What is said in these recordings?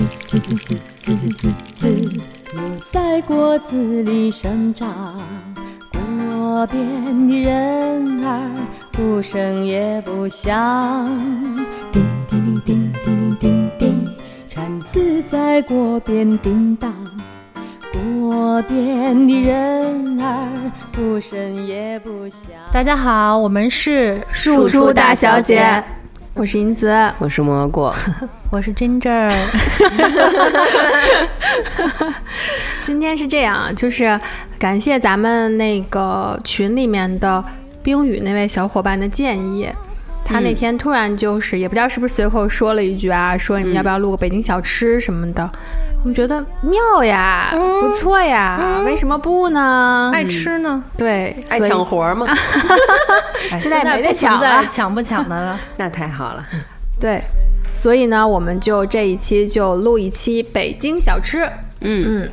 子子子子，又在果子里生长。果边的人儿，不声也不响。叮叮叮叮叮叮叮叮，铲子在果边叮当。果边的人儿，不声也不响。大家好，我们是庶出大小姐， 我是银子，我是蘑菇，我是 Ginger。今天是这样，就是感谢咱们那个群里面的冰雨那位小伙伴的建议。他那天突然就是也不知道是不是随口说了一句啊，说你们要不要录个北京小吃什么的？我们觉得妙呀，不错呀，为什么不呢？爱吃呢？对，爱所以啊抢活儿吗？现在没得抢现在不了存在。抢不抢的了？那太好了，对，所以呢，我们就这一期就录一期北京小吃。嗯嗯，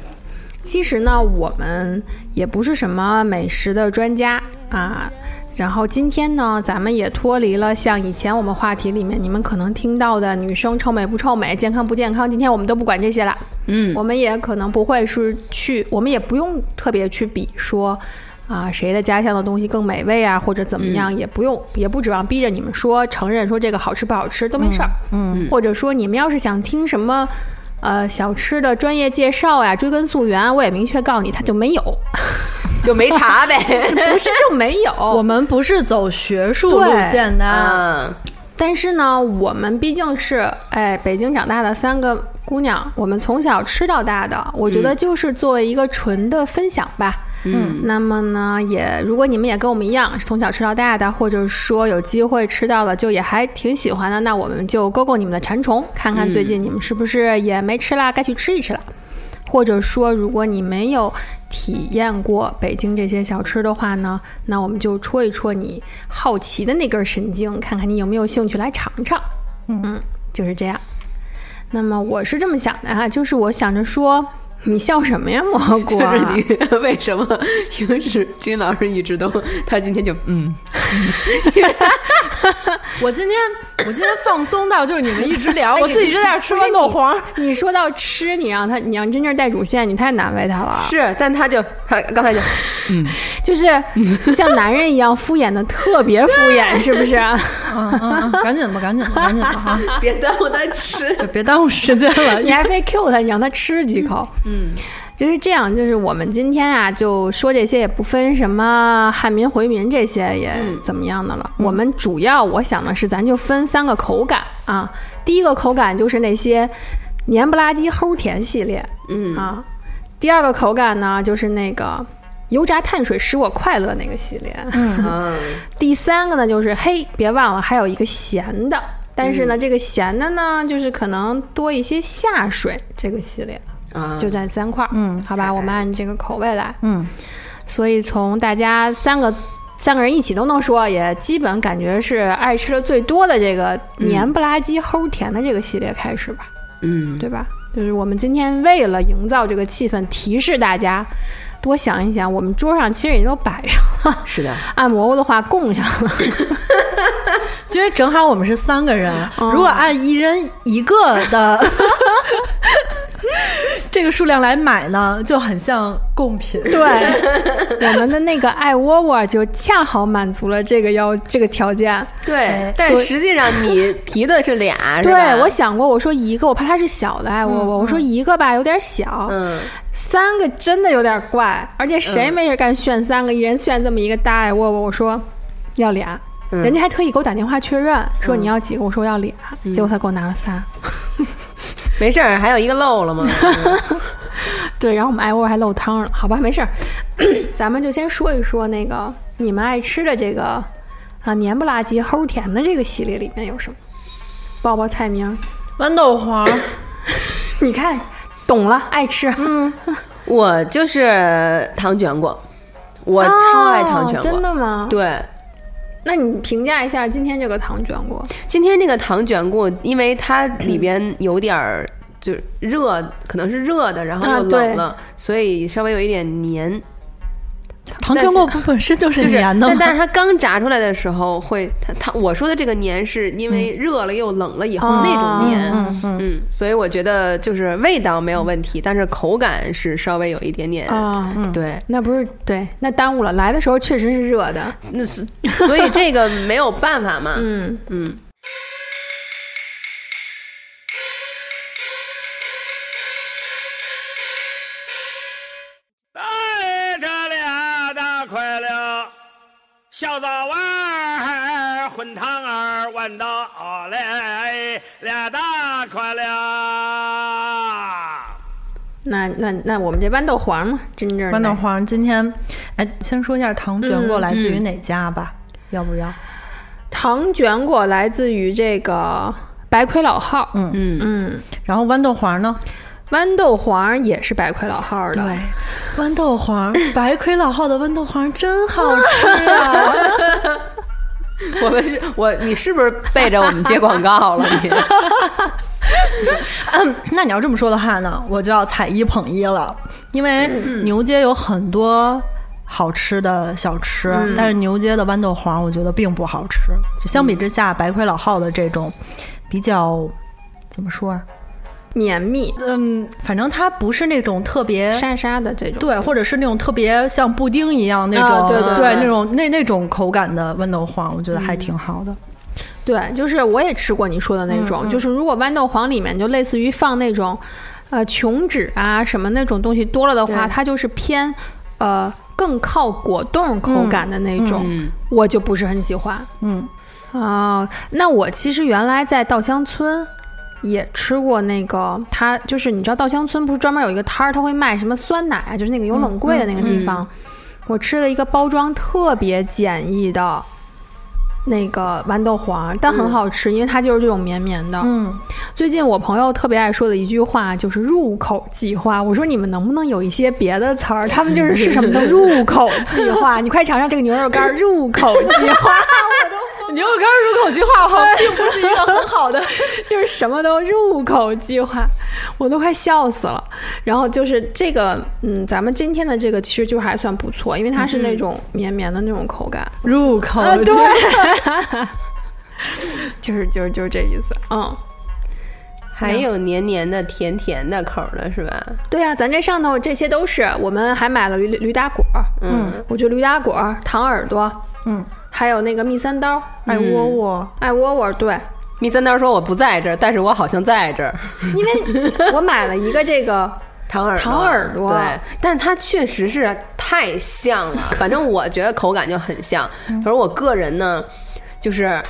其实呢，我们也不是什么美食的专家啊。然后今天呢，咱们也脱离了像以前我们话题里面你们可能听到的女生臭美不臭美、健康不健康，今天我们都不管这些了。嗯，我们也可能不会是去，我们也不用特别去比说。啊，谁的家乡的东西更美味啊，或者怎么样，也不用，也不指望逼着你们说承认说这个好吃不好吃都没事儿、嗯，或者说你们要是想听什么，呃，小吃的专业介绍呀、追根溯源，我也明确告诉你，它就没有， 就没查呗。不是就没有，我们不是走学术路线啊的，啊啊嗯，但是呢，我们毕竟是哎北京长大的三个姑娘，我们从小吃到大的，我觉得就是作为一个纯的分享吧。嗯，那么呢，也如果你们也跟我们一样是从小吃到大的，或者说有机会吃到了，就也还挺喜欢的，那我们就勾勾你们的馋虫，看嗯看最近你们是不是也没吃啦，该去吃一吃啦。或者说，如果你没有体验过北京这些小吃的话呢，那我们就戳一戳你好奇的那根神经，看看你有没有兴趣来尝尝。嗯，就是这样。那么我是这么想的哈、就是我想着说，你笑什么呀， 蘑菇、就啊？是你为什么平时君老师一直都，他今天就嗯， 我今天我今天放松到就是你们一直聊，我自己就在那儿吃豌豆黄。你说到吃，你让他，你让真正带主线，你太难为他了。是，但他就他 刚才就就是像男人一样敷衍的，特别敷衍，是不是？啊 嗯嗯，嗯赶紧吧，赶紧吧，赶紧吧哈！别耽误他 吃。就别耽误时间了。你还非 Q 他，你让他吃几口。嗯，就是这样。就是我们今天啊，就说这些也不分什么汉民回民这些也怎么样的了。我们主要我想的是，咱就分三个口感啊。第一个口感就是那些黏不拉几齁甜系列，嗯啊。第二个口感呢，就是那个油炸碳水使我快乐那个系列。嗯， 第三个呢，就是嘿，别忘了还有一个咸的，但是呢，这个咸的呢，就是可能多一些下水这个系列，啊就占三块。嗯，好吧，我们按这个口味来。 嗯，所以从大家三个三个人一起都能说，也基本感觉是爱吃的最多的这个黏不拉几齁甜的这个系列开始吧，嗯，对吧？就是我们今天为了营造这个气氛，提示大家多想一想，我们桌上其实也都摆上了，是的，按蘑菇的话供上了。 因为正好我们是三个人，如果按一人一个的 这个数量来买呢，就很像贡品。 对，我们的那个爱窝窝就恰好满足了这个要这个条件。对。但实际上你提的是俩，哎是对吧，我想过，我说一个，我怕它是小的爱窝窝，我说一个吧，有点小。嗯，三个真的有点怪，而且谁没事干炫三个，一人炫这么一个大爱窝窝？我说要俩，嗯人家还特意给我打电话确认，说你要几个？我说要俩，嗯结果他给我拿了仨。没事儿，还有一个漏 了吗？嗯对，然后我们爱窝还漏汤了，好吧，没事 儿，咱们就先说一说那个你们爱吃的这个啊黏不拉几齁甜的这个系列里面有什么？报报菜名儿，豌豆黄，你看懂了，爱吃，嗯，我就是糖卷果，我超爱糖卷啊哦真果。的吗？，对，那你评价一下今天这个糖卷果，今天这个糖卷果，因为它里边有点儿就是热，可能是热的，然后啊又对冷了，所以稍微有一点黏。糖但圈是果不本身就是就是，粘的但吗？但是它刚炸出来的时候会，它它我说的这个粘是因为热了又冷了以后嗯那种粘，嗯嗯，嗯，所以我觉得就是味道没有问题，但是口感是稍微有一点点，啊，对，那不是对，那耽误了。来的时候确实是热的，那是所以这个没有办法嘛， 嗯，嗯，哎，这俩大快了，小枣丸儿、混汤儿、豌豆儿嘞，俩大快了。那那那我们这豌豆黄嘛，真正豌豆的黄今天，哎，先说一下糖卷果嗯来自于哪家吧，要不要？糖卷果来自于这个白魁老号，嗯嗯嗯，然后豌豆黄呢？豌豆黄也是白魁老号的，， 豌豆 黄，白魁老号的豌豆黄真好吃啊！我们是我你是不是背着我们接广告了你？ 那你要这么说的话呢，我就要踩一捧一了，因为牛街有很多好吃的小吃，但是牛街的豌豆黄我觉得并不好吃，就相比之下，白魁老号的这种比较怎么说啊？绵密嗯，反正它不是那种特别沙沙的这种，对，或者是那种特别像布丁一样那种，啊对对对那种那那种口感的豌豆黄，我觉得还挺好的。对，就是我也吃过你说的那种，嗯就是如果豌豆黄里面就类似于放那种，呃，琼脂啊什么那种东西多了的话，对它就是偏，呃，更靠果冻口感的那种，嗯我就不是很喜欢。嗯，哦，那我其实原来在稻香村。也吃过那个，它就是你知道稻香村不是专门有一个摊儿，它会卖什么酸奶啊，就是那个有冷柜的那个地方。我吃了一个包装特别简易的那个豌豆黄，但很好吃，因为它就是这种绵绵的。嗯，最近我朋友特别爱说的一句话就是“入口即化”，我说你们能不能有一些别的词儿？他们就是是什么的入口即化，你快尝尝这个牛肉干儿入口即化， 牛肉干入口即化，好，并不是一个很好的。 就是什么都入口即化，我都快笑死了。然后就是这个，嗯，咱们今天的这个其实就还算不错，因为嗯它是那种绵绵的那种口感，入口、对就是就是就是这意思。嗯，啊还有黏黏的、甜甜的口儿的是吧？对呀、咱这上头这些都是，我们还买了驴驴打滚儿，嗯，我觉得驴打滚儿、糖耳朵， 嗯，还有那个蜜三刀、嗯爱窝窝，爱窝窝， 对蜜三刀说我不在这儿，但是我好像在这儿。 我买了一个这个，糖耳朵糖耳朵对，但它确实是太像 了，反正我觉得口感就很像。嗯而我个人呢，就是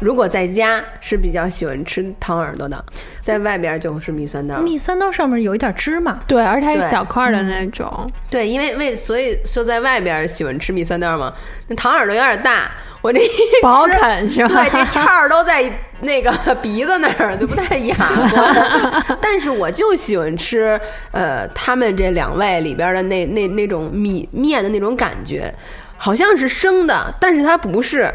如果在家是比较喜欢吃糖耳朵的，在外边就是蜜三嗯刀。蜜三刀上面有一点芝麻， 对，嗯而且还是对小块儿的那种，对，因为为所以说在外边喜欢吃蜜三刀嘛，那糖耳朵有点大，我这一吃不好啃是吧？对， 这叉儿都在那个鼻子那儿，就不太雅 观。但是我就喜欢吃，呃，他们这两位里边的那那那种米面的那种感觉，好像是生的，但是它不是。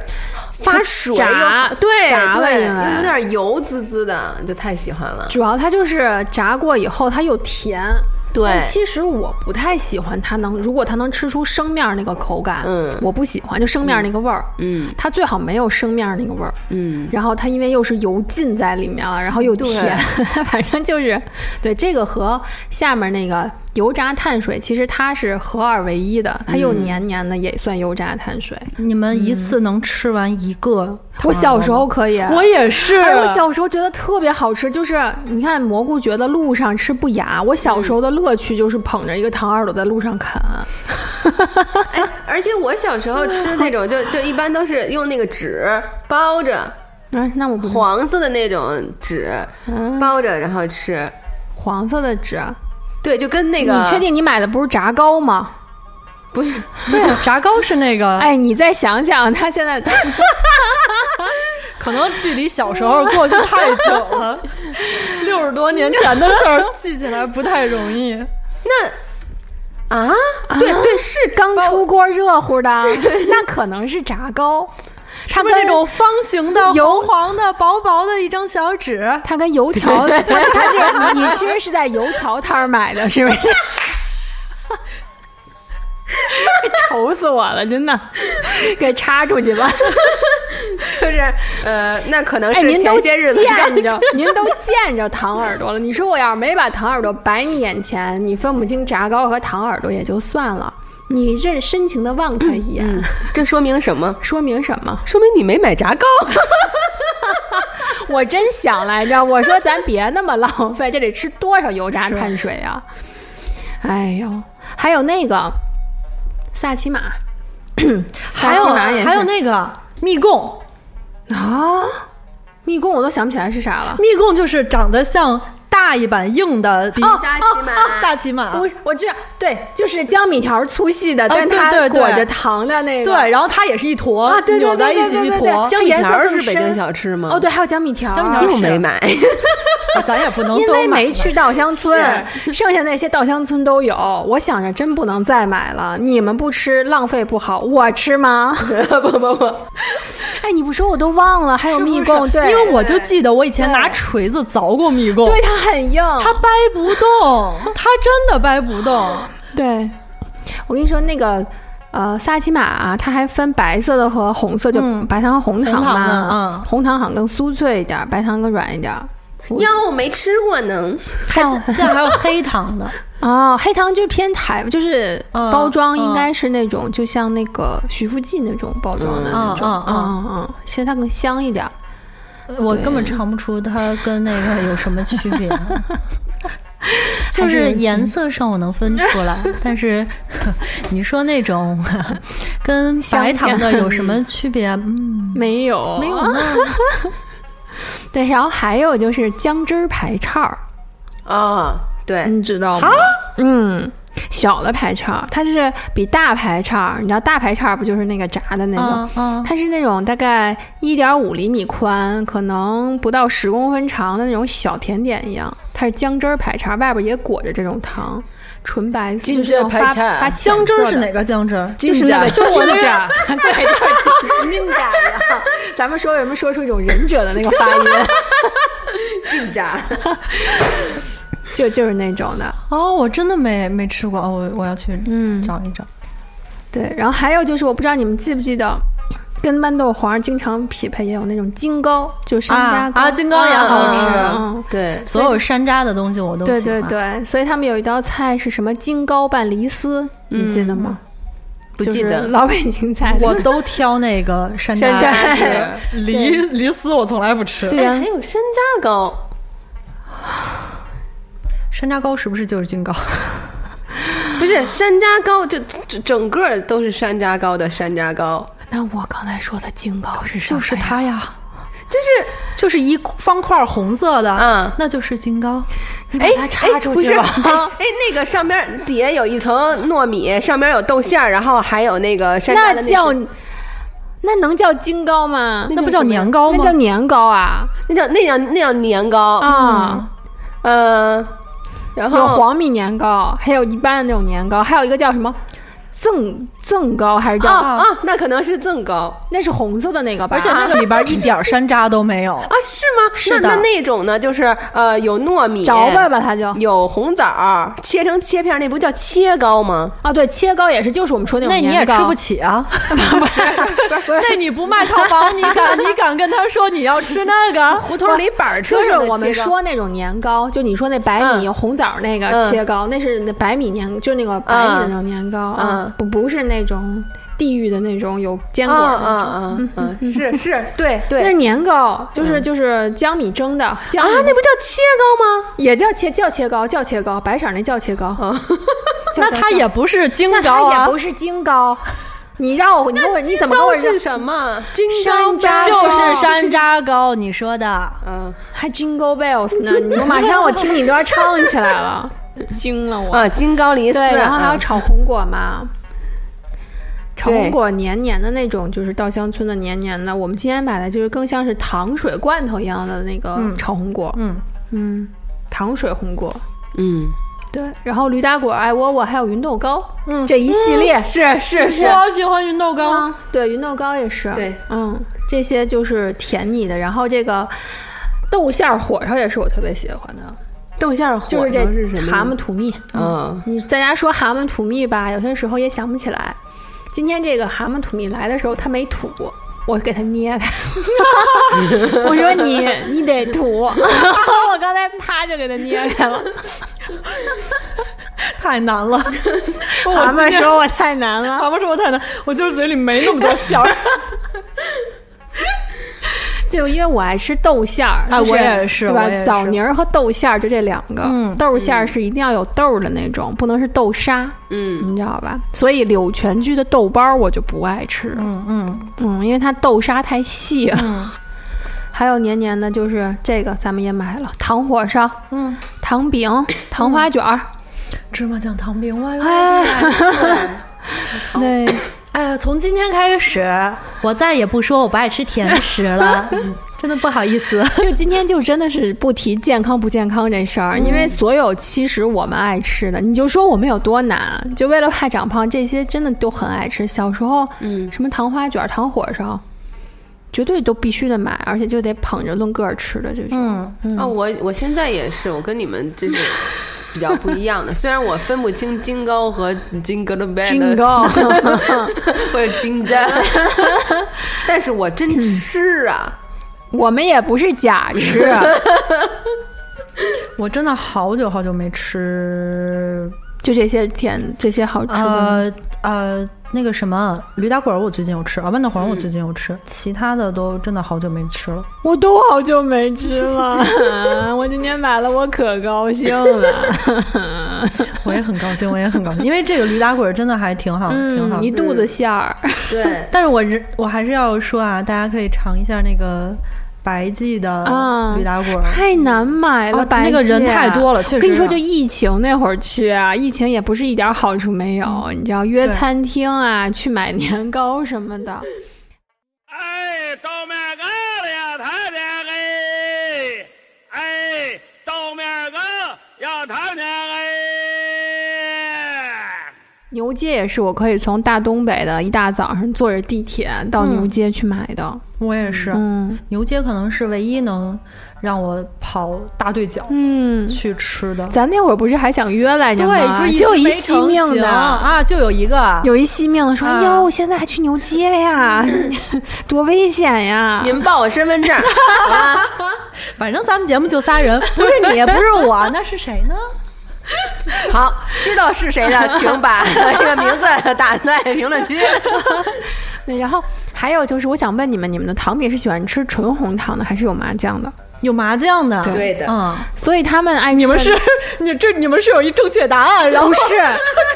发水炸又对炸了对，因为又有点油滋滋的，就太喜欢了。主要它就是炸过以后它又甜。对但其实我不太喜欢它能，如果它能吃出生面儿那个口感，嗯我不喜欢，就生面儿那个味儿，嗯它最好没有生面儿那个味儿，嗯，然后它因为又是油浸在里面了，然后又甜， 反正就是对这个和下面那个油炸碳水，其实它是合二为一的，它又黏黏的，也算油炸碳水。嗯你们一次能吃完一个？我小时候可以，嗯我也是，哎，我小时候觉得特别好吃，就是你看蘑菇觉得路上吃不雅，我小时候的乐趣就是捧着一个糖耳朵在路上啃， 哎而且我小时候吃那种，就就一般都是用那个纸包着，嗯，那我不黄色的那种纸嗯包着，然后吃。黄色的纸，啊对，啊就跟那你个确定你买的不是炸糕吗？不是对啊炸糕是那 个，哎，你再想想，他现在可能距离小时候过去太久了，六十多年前的事儿记起来不太容易。啊？对对，是刚包出锅热乎的，那可能是炸糕，它 是不跟是那种方形的、油油黄的、薄薄的一张小纸，它跟油条的，它它是你你其实是在油条摊儿买的，是不是？愁死我了，真的，给插出去吧！ 就是呃，那可能哎，是您都前些日子干见着，您都见着糖耳朵了。你说我要是没把糖耳朵摆你眼前，你分不清炸糕和糖耳朵也就算了，你这深情的望他一眼， 这说明 什么？说明什么？说明你没买炸糕。 我真想来着，我说咱别那么浪费，这得吃多少油炸碳水啊！哎呦，还有那个萨琪玛， 还有萨琪玛也是还有那个蜜供，啊，蜜供我都想不起来是啥了。蜜供就是长得像大一版硬的比沙琪玛萨琪玛，不是，我知道，对，就是江米条粗细的，对但它对对裹着糖的那个。对，然后它也是一坨、啊对对扭在一起对对一对对坨，江米颜色条是更北深京小吃吗？哦，对，，还有江米条，江米条又是没买。 咱也不能因都为买没去稻香村，剩下那些稻香村都有。我想着真不能再买了，你们不吃浪费不好，我 吃吗？不不不，哎，你不说我都忘了，还有蜜供，对，因为我就记得我以前对拿锤子凿过蜜供，对它很硬，它掰不动，它真的掰不动。对，我跟你说那个。呃，萨琪玛、啊、它还分白色的和红色，就嗯白糖和红糖红糖嘛。的嗯红糖好像更酥脆一点，白糖更软一点。 哟，我没吃过呢。 还是现在还有黑糖 的，哦，黑糖就是偏台，就是嗯包装应该是那种，就像那个徐福记那种包装的那种，嗯嗯嗯嗯，其实它更香一点儿。呃我根本尝不出它跟那个有什么区 别。就是颜色上我能分出 来，但是你说那种跟白糖的有什么区别？嗯，没有，没有呢。 对，然后还有就是姜汁儿排叉儿，哦，对，你知道吗？嗯，小的排叉儿，它是比大排叉儿，你知道大排叉儿不就是那个炸的那种？嗯，它是那种大概一点五厘米宽，可能不到十公分长的那种小甜点一样。它是姜汁儿排叉，外边也裹着这种糖，纯白色，金就是那种针发排叉发浅姜汁儿色是的 哪个姜汁儿？就是那个，金就是那个， 对，就是金甲呀。咱们说为什么说出一种忍者的那个发音，嗯 进家。 就就是那种的。哦，我真的没没吃过，哦我我要去嗯找一找。对，然后还有就是，我不知道你们记不记得，跟豌豆黄经常匹配也有那种金糕，就是山楂糕啊啊金糕也好啊吃啊嗯，对，所有山楂的东西我都对喜对欢。 对，所以他们有一道菜是什么金糕拌梨丝，你记得吗？不记就是得。老北京菜，我都挑那个山山楂，对楂是梨梨丝我从来不吃。对哎，呀还，有山楂糕，山楂糕是不是就是金糕？不是山楂糕，就就整个都是山楂糕的山楂糕， 那我刚才说的金糕是什就么呀？是它呀，就是 就是一方块红色的，嗯那就是金糕。你把哎它插出去吧。哎不是哎哎，那个上边底下有一层糯米，上边有豆馅儿，然后还有那个山楂哎那的那叫那能叫金糕吗？那不叫年糕那吗叫？年糕啊那叫那叫那叫年糕，啊！嗯，然有后哦黄米年糕，还有一般的那种年糕，还有一个叫什么赠赠糕，还是哦叫、啊哦，那可能是赠糕那是红色的那个吧？啊而且那个里边一点儿山楂都没有。啊，是吗？是的那那那种呢，就是呃，有糯米，着吧吧，它就有红枣儿，切成切片儿，那不叫切糕吗？啊，对，切糕也是，就是我们说那 种那你也年糕吃不，起啊！ 不是那你不卖套房，你敢你敢跟他说你要吃那个？胡同里板儿就车是上的我们切糕说那种年糕，就你说那白米、嗯红枣那个嗯切糕，那是那白米年，就那个白米的那种年糕，嗯啊，不不是那种地域的那种有坚果的那种。啊啊啊，嗯是是，对对那是年糕，就是就是江米蒸的，江啊，米那不叫切糕吗？也叫切叫切糕，叫切糕，白色儿那叫切糕。叫那叫它叫也不是金那糕它啊也，不是金糕，你让我你跟我你怎么跟我糕是说什么？金糕山楂呗糕 就是山楂糕，你说的。嗯还 Jingle Bells 呢？你我马上我听你都要唱起来了，惊了我。啊，金糕梨丝，对，然后还有嗯炒红果嘛，炒对红果黏黏的那种，就是稻香村的黏黏的。我们今天买的就是更像是糖水罐头一样的那个炒红果，嗯嗯，糖水红果。嗯。对，然后驴打滚、艾窝窝还有云豆糕，嗯这一系列是是是，我喜欢芸豆糕，啊，对，芸豆糕也是。对，嗯，这些就是甜腻的。然后这个豆馅儿火烧也是我特别喜欢的。豆馅儿火就是这烧是什么蛤蟆呀？吐蜜。嗯，你在家说蛤蟆吐蜜吧，有些时候也想不起来。今天这个蛤蟆吐蜜来的时候，它没吐，我给它捏开。 我说你你得吐， 我刚才啪就给它捏开了。 太难 了。蛤蛤蟆说我太难了，蛤蟆说我太难，我就是嘴里没那么多 馅儿。就因为我爱吃豆馅儿啊就是我也是对吧我也？是枣泥儿和豆馅儿就这两个，嗯豆馅儿是一定要有豆儿的那种，不能是豆沙，嗯你知道吧？所以柳泉居的豆包我就不爱吃，嗯嗯，嗯，因为它豆沙太细了。 还有年年的，就是这个咱们也买了，糖火烧，嗯，糖饼、糖花卷儿，芝麻酱糖饼，哇哇！哎嗯对，哎呀，从今天开始，我再也不说我不爱吃甜食 了，嗯真的不好意思。就今天就真的是不提健康不健康这事儿，嗯因为所有其实我们爱吃的，你就说我们有多难，就为了怕长胖，这些真的都很爱吃。小时候，嗯什么糖花卷、糖火烧，绝对都必须得买，而且就得捧着论个儿吃的这种。嗯，啊，我我现在也是，我跟你们就是比较不一样的，虽然我分不清金糕和金格的白金的糕，或者金 针，但是我真吃啊，我们也不是假吃， 啊 我真的好久好久没吃，就这些甜这些好吃的。呃呃，那个什么驴打滚儿我最近有吃啊，豌豆黄嗯我最近有吃，其他的都真的好久没吃 了。我都好久没 吃 了，我今天买了，我可高兴了。我也很高兴，我也很高兴，因为这个驴打滚儿真的还挺好，挺好 嗯嗯，的一。肚子馅儿。 对，但是我人我还是要说啊，大家可以尝一下那个白记的啊驴打滚儿。太难买了，啊白那个人芥太多了确实啊跟你说，是就疫情那会儿去啊，疫情也不是一点好处没有，你知道约对餐厅啊，去买年糕什么的。哎，豆面疙瘩谈恋爱，哎，豆面疙瘩要谈恋爱。牛街也是，我可以从大东北的一大早上坐着地铁到嗯牛街去买的。我也是，嗯牛街可能是唯一能让我跑大对角嗯，去吃的。咱那会儿不是还想约来着吗？对，就就有一直一没惜成命型的。啊，就有一个啊有一惜命的说：“啊哟，现在还去牛街呀， 多危险呀！”你们报我身份证啊，反正咱们节目就仨人，不是你，不是我，那是谁 呢？好，知道是谁 的，请把这个名字打在评论区。对，然后还有就是，我想问你们，你们的糖饼是喜欢吃纯红糖的，还是有麻酱的？有麻酱的，对的嗯，所以他们爱吃你你们是，你这你们是有一正确答案，然后 不是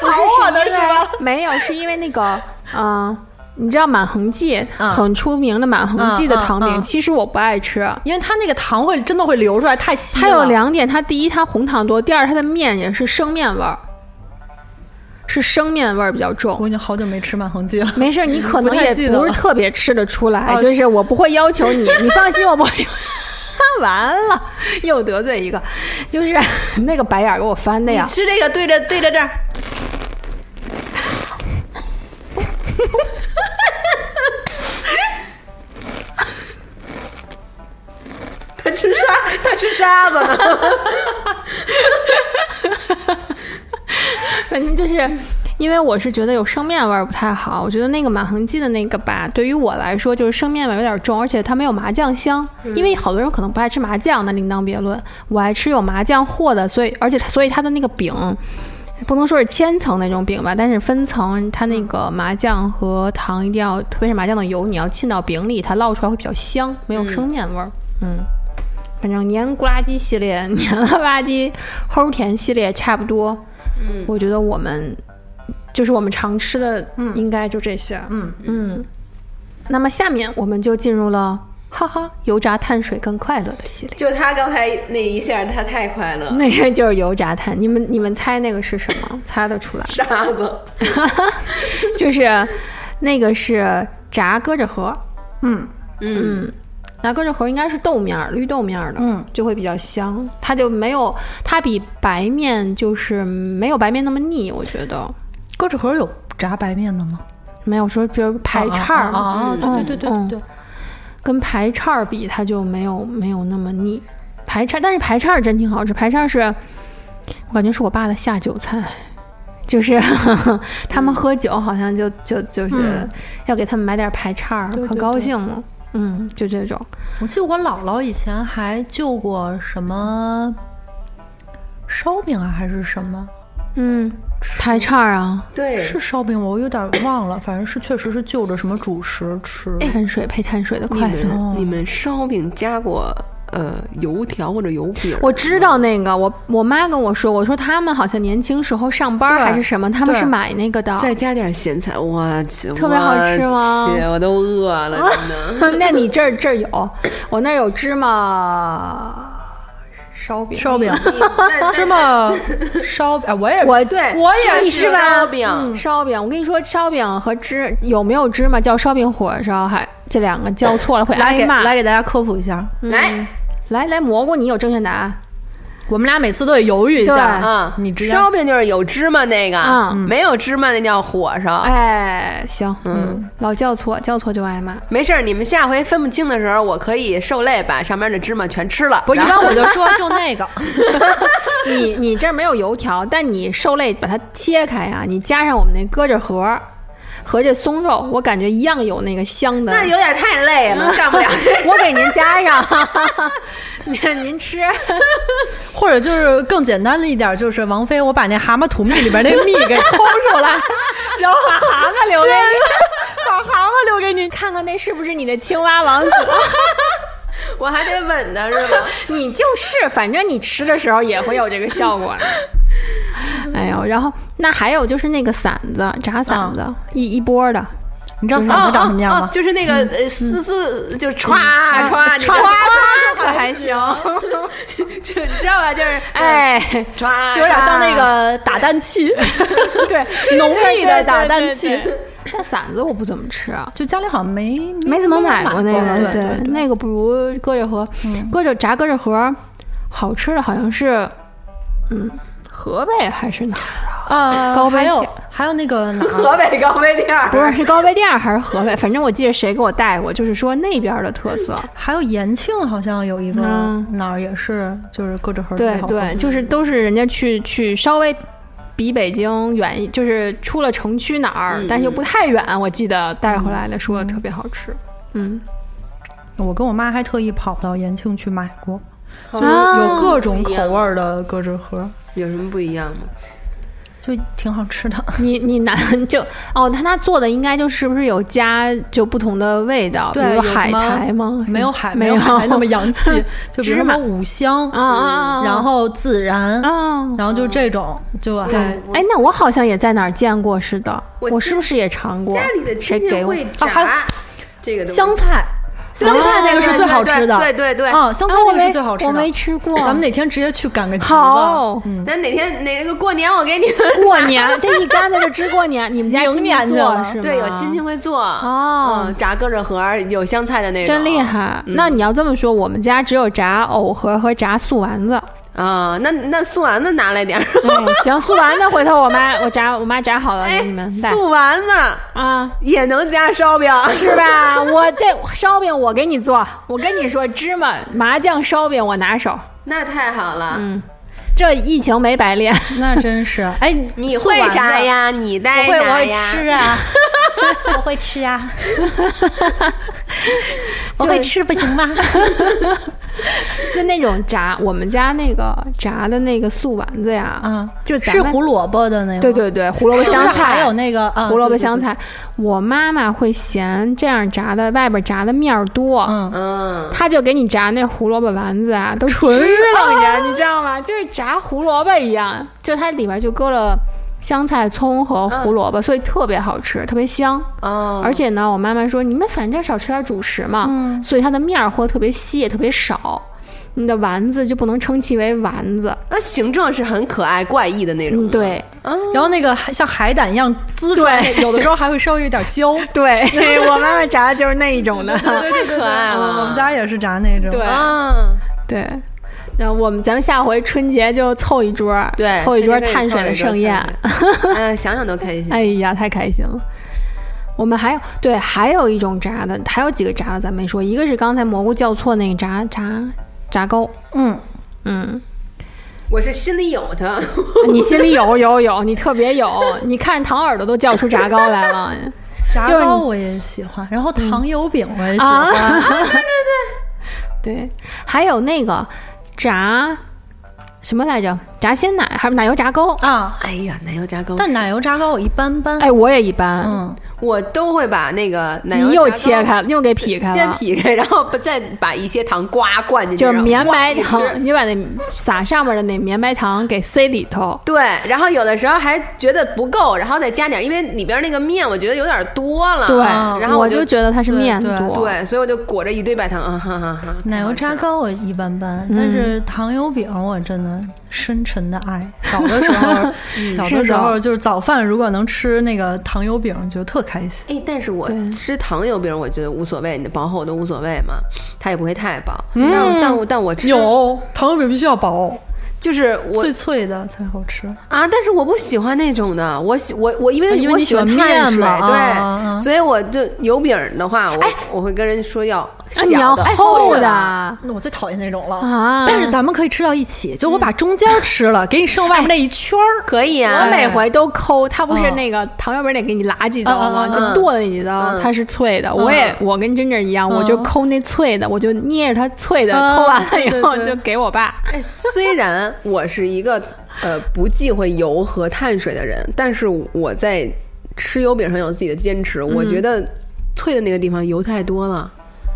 考我的是吧？没有，是因为那个嗯。你知道满恒记、嗯很出名的满恒记的糖饼，嗯嗯嗯其实我不爱吃。因为它那个糖会真的会流出来，太稀了。它有两点，它第一它红糖多，第二它的面也是生面味儿，是生面味儿比较重我。已经好久没吃满恒记了。没事儿，你可不能太也记得不是了特别吃得出来，哦就是我不会要求 你，你放心，我不会。完了，又得罪一个，就是 那个白眼儿给我翻的你呀。吃这个对着对着这 儿，他吃沙，他吃沙子呢。 反正就是因为我是觉得有生面味儿不太好，我觉得那个满恒记的那个吧，对于我来说就是生面味儿有点重，而且它没有麻酱香。因为好多人可能不爱吃麻酱，那另当别论。我爱吃有麻酱和的，所以而且它所以它的那个饼。不能说是千层那种饼吧，但是分层，它那个麻酱和糖一定要，特别是麻酱的油，你要浸到饼里，它烙出来会比较香，没有生面味儿。嗯，反正黏咕啦叽系列、 黏了吧唧、齁甜系列差不多。我觉得我们就是我们常吃的，应该就这些。嗯嗯。那么下面我们就进入了哈哈油炸碳水更快乐的系列，就他刚才那一下，他太快乐了，那个就是油炸碳。你们你们猜那个是什么？猜得出来？沙子。 就是那个是炸胳肢盒。嗯嗯。炸胳肢盒应该是豆面儿，绿豆面儿的，嗯，就会比较香。它就没有，它比白面就是没有白面那么腻，我觉得胳肢盒有炸白面的吗？ 没有说，比如哦排叉儿嘛，啊，嗯对对对对对，跟排叉儿比，它就没有没有那么腻。排叉，但是排叉儿真挺好吃。排叉儿是，我感觉是我爸的下酒菜，就是 他们喝酒好像就就就是要给他们买点排叉儿，可高兴了。嗯，就这种，我记得我姥姥以前还救过什么烧饼啊，还是什么？嗯，排叉儿啊，对，是烧饼，我有点忘了，反正是确实是就着什么主食吃。哎碳水配碳水的你快乐。们你们烧饼加过呃油条或者油饼？我知道那个，我我妈跟我说，我说他们好像年轻时候上班儿还是什么，他们对是买那个的。再加点咸菜，我去，特别好吃吗我去我都饿了， 真的。那你这儿这儿有，我那儿有芝麻烧饼，烧饼，那芝麻烧饼，哎我也我对，我也是吧烧饼，烧饼，我跟你说，烧饼和芝有没有芝麻叫烧饼火烧，还这两个叫错了会来挨给骂。来给大家科普一下，嗯来，来来蘑菇，你有正确答案？我们俩每次都得犹豫一对下，啊嗯，你直接 烧饼就是有芝麻那个，嗯没有芝麻那叫火烧。哎，行，嗯，老叫错，叫错就挨骂。没事儿，你们下回分不清的时候，我可以受累把上面的芝麻全吃了。不，一般我就说就那 个， 你你这儿没有油条，但你受累把它切开呀、你加上我们那搁着盒儿和这松肉，我感觉一样有那个香的。 那有点太累了，干不了。我给您加上， 您您吃。或者就是更简单的一点，就是王菲，我把那蛤蟆吐蜜里边那蜜给抠出来， 然后把蛤蟆留给 你，把蛤蟆留给你。看看那是不是你的青蛙王子？ 我还得稳的是吧？你就是，反正你吃的时候也会有这个效果的。哎呦，然后那还有就是那个馓子，炸馓嗯子、一一波的，你知道嗓子长什么样哦吗？就是那个呃丝丝，就歘歘，你歘歘，可还行？就你知道吧？就是哎哎，歘，就有点像那个打蛋器，对，浓密的打蛋器对。对对对 但馓子我不怎么吃 啊。就家里好像没没怎么买过过那个，对对，嗯那个不如搁着盒，搁着炸搁着盒，好吃的好像是，嗯，河北还是哪儿？呃，高还碑有店还有那个哪 儿河北高碑店儿不是是高碑店儿还是河北？反正我记得谁给我带过，就是说那边儿的特色。还有延庆好像有一个嗯哪儿也是，就是搁着盒儿对烤对，就是都是人家去去稍微比北京远一，就是出了城区哪儿，但是又不太远。我记得带回来的说特别好吃。嗯，我跟我妈还特意跑到延庆去买过，就嗯有各种哎口味，儿的搁着盒儿，哦有什么不一样吗？就挺好吃 的。你你拿就哦，他那做的应该就是不是有加就不同的味道，比对，如有说海苔吗？没有海，嗯没没有有海苔那么 洋气。 就比如芝说麻什么五香啊，啊啊！然后孜然，啊，然后就这种，就哦还哎，那我好像也在哪儿见过似的，我我是不是也尝过？家里的亲谁戚给我？啊会炸、这个东西香菜，香菜那个是最好吃哦的。对对对。啊，香菜啊，我那个没是最好吃我没的。哎吃过。咱们哪天直接去赶个集吧。好，那哪天哪个过年我给你们过年这一竿子就支过年，你们家亲戚明年去做了是吗？对，有亲戚会做哦嗯炸各种盒儿有香菜的那种，真厉害。嗯那你要这么说，我们家只有炸藕盒和炸素丸子。啊！那那素丸子拿 来点儿，哎，行，素丸子回头我妈我炸我妈炸好了给哎你们，带素丸子啊。也能加烧饼， 是吧？我这烧饼我给你做，我跟你说，芝麻麻酱烧饼我拿手，那太好了。嗯这疫情没白练。那真 是，哎，你会啥呀？你带会我啥会呀？吃 啊，我会吃啊，我会吃不行吗？ 就那种炸，我们家那个炸的那个素丸子呀， 啊，就咱是们胡萝卜的那个，对对对，胡萝卜是不是香菜还有那个啊胡萝卜对对香菜，我妈妈会嫌这样炸的外边炸的面儿多，嗯嗯，她就给你炸那胡萝卜丸子啊，都纯了啊呀，你知道吗？就是炸胡萝卜一样，就它里边就搁了香菜、葱和胡萝卜，所以特别好吃，特别香。哦，而且呢，我妈妈说你们反正少吃点主食嘛，所以它的面儿和特别稀，也特别少。你的丸子就不能称其为丸子，那形状是很可爱怪异的那嗯，种的。对然后那个还像海胆一样滋出来，有的时候还会稍微有点焦。对， 我妈妈炸的就是那一种的，太可爱哦我们了。家也是炸那种。 对啊，对。那我们咱们下回春节就凑一桌，对，凑一桌春节可以碳水的盛宴，凑一 桌。哎，想想都开心。哎呀，太开心了。我们还有对，还有一种炸的，还有几个炸的咱没说，一个是刚才蘑菇叫错那个炸炸炸沟。嗯， 嗯，我是心里有他，你心里有有有，你特别有，你看糖耳朵都叫出炸糕来了。炸就是糕你我也喜欢，然后糖油饼我也喜欢。对，还有那个炸什么来着？炸鲜奶还是奶油炸糕？ 啊，哎呀，奶油炸糕，但奶油炸糕我一般般。哎，我也一般。嗯，我都会把那个奶油你又炸糕切开了，又给劈开了，先劈开，然后把再把一些糖呱灌进去，就是然后绵白呱一糖吃，你把那撒上面的那绵白糖给塞里头。对，然后有的时候还觉得不够，然后再加点，因为里边那个面我觉得有点多啊了。嗯对，然后我就觉得它是对面啊对多。对，所以我就裹着一堆白糖，啊哈哈哈。奶油炸好吃糕我一般般，但是糖油饼我真的深沉的 爱。小的时候，小的时候就是早饭如果能吃那个糖油饼，就特开心。哎，但是我对吃糖油饼，我觉得无所谓，你的薄厚都无所谓嘛，它也不会太薄。但但我但我吃有糖油饼必须要薄，就是我脆脆的才好吃。啊，但是我不喜欢那种的，我喜我我因为啊因为我你喜欢喜欢碳面水，嘛对，啊啊啊所以我就油饼的话，我、我会跟人说要啊，你要小的，哎厚的那我最讨厌那种了啊但是咱们可以吃到一起，就我把中间吃 了，给你剩外面那一圈儿。可以我啊。每回都抠，它不是哎嗯那个糖油饼得给你拉几刀吗？嗯嗯嗯嗯就剁了你一刀，它是脆的。我也我跟珍珍一样，我就抠那脆的，我就捏着它脆的，嗯抠完了以后对对就给我爸。哎虽然我是一个呃不忌讳油和碳水的人，但是我在吃油饼上有自己的坚持，我觉得脆的那个地方油太多了，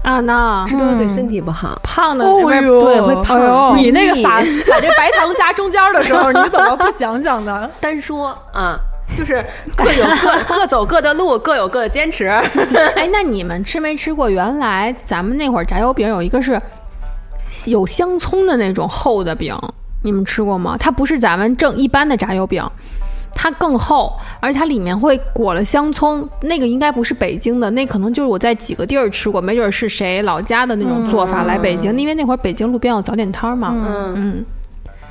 啊，那吃多了对身体不好。胖的哦那边呦对会胖哎呦你那个腻撒 把这白糖夹中间的时 候，你怎么不想想呢？单说啊，就是各有各各走各的路，各有各的坚持。 哎，那你们吃没吃过？原来咱们那会儿炸油饼有一个是有香葱的那种厚的饼，你们吃过吗？它不是咱们正一般的炸油饼，它更厚，而且它里面会裹了香葱。那个应该不是北京的，那可能就是我在几个地儿吃过，没准是谁老家的那种做法来北京。因为那会儿北京路边有早点摊儿嘛，嗯，嗯，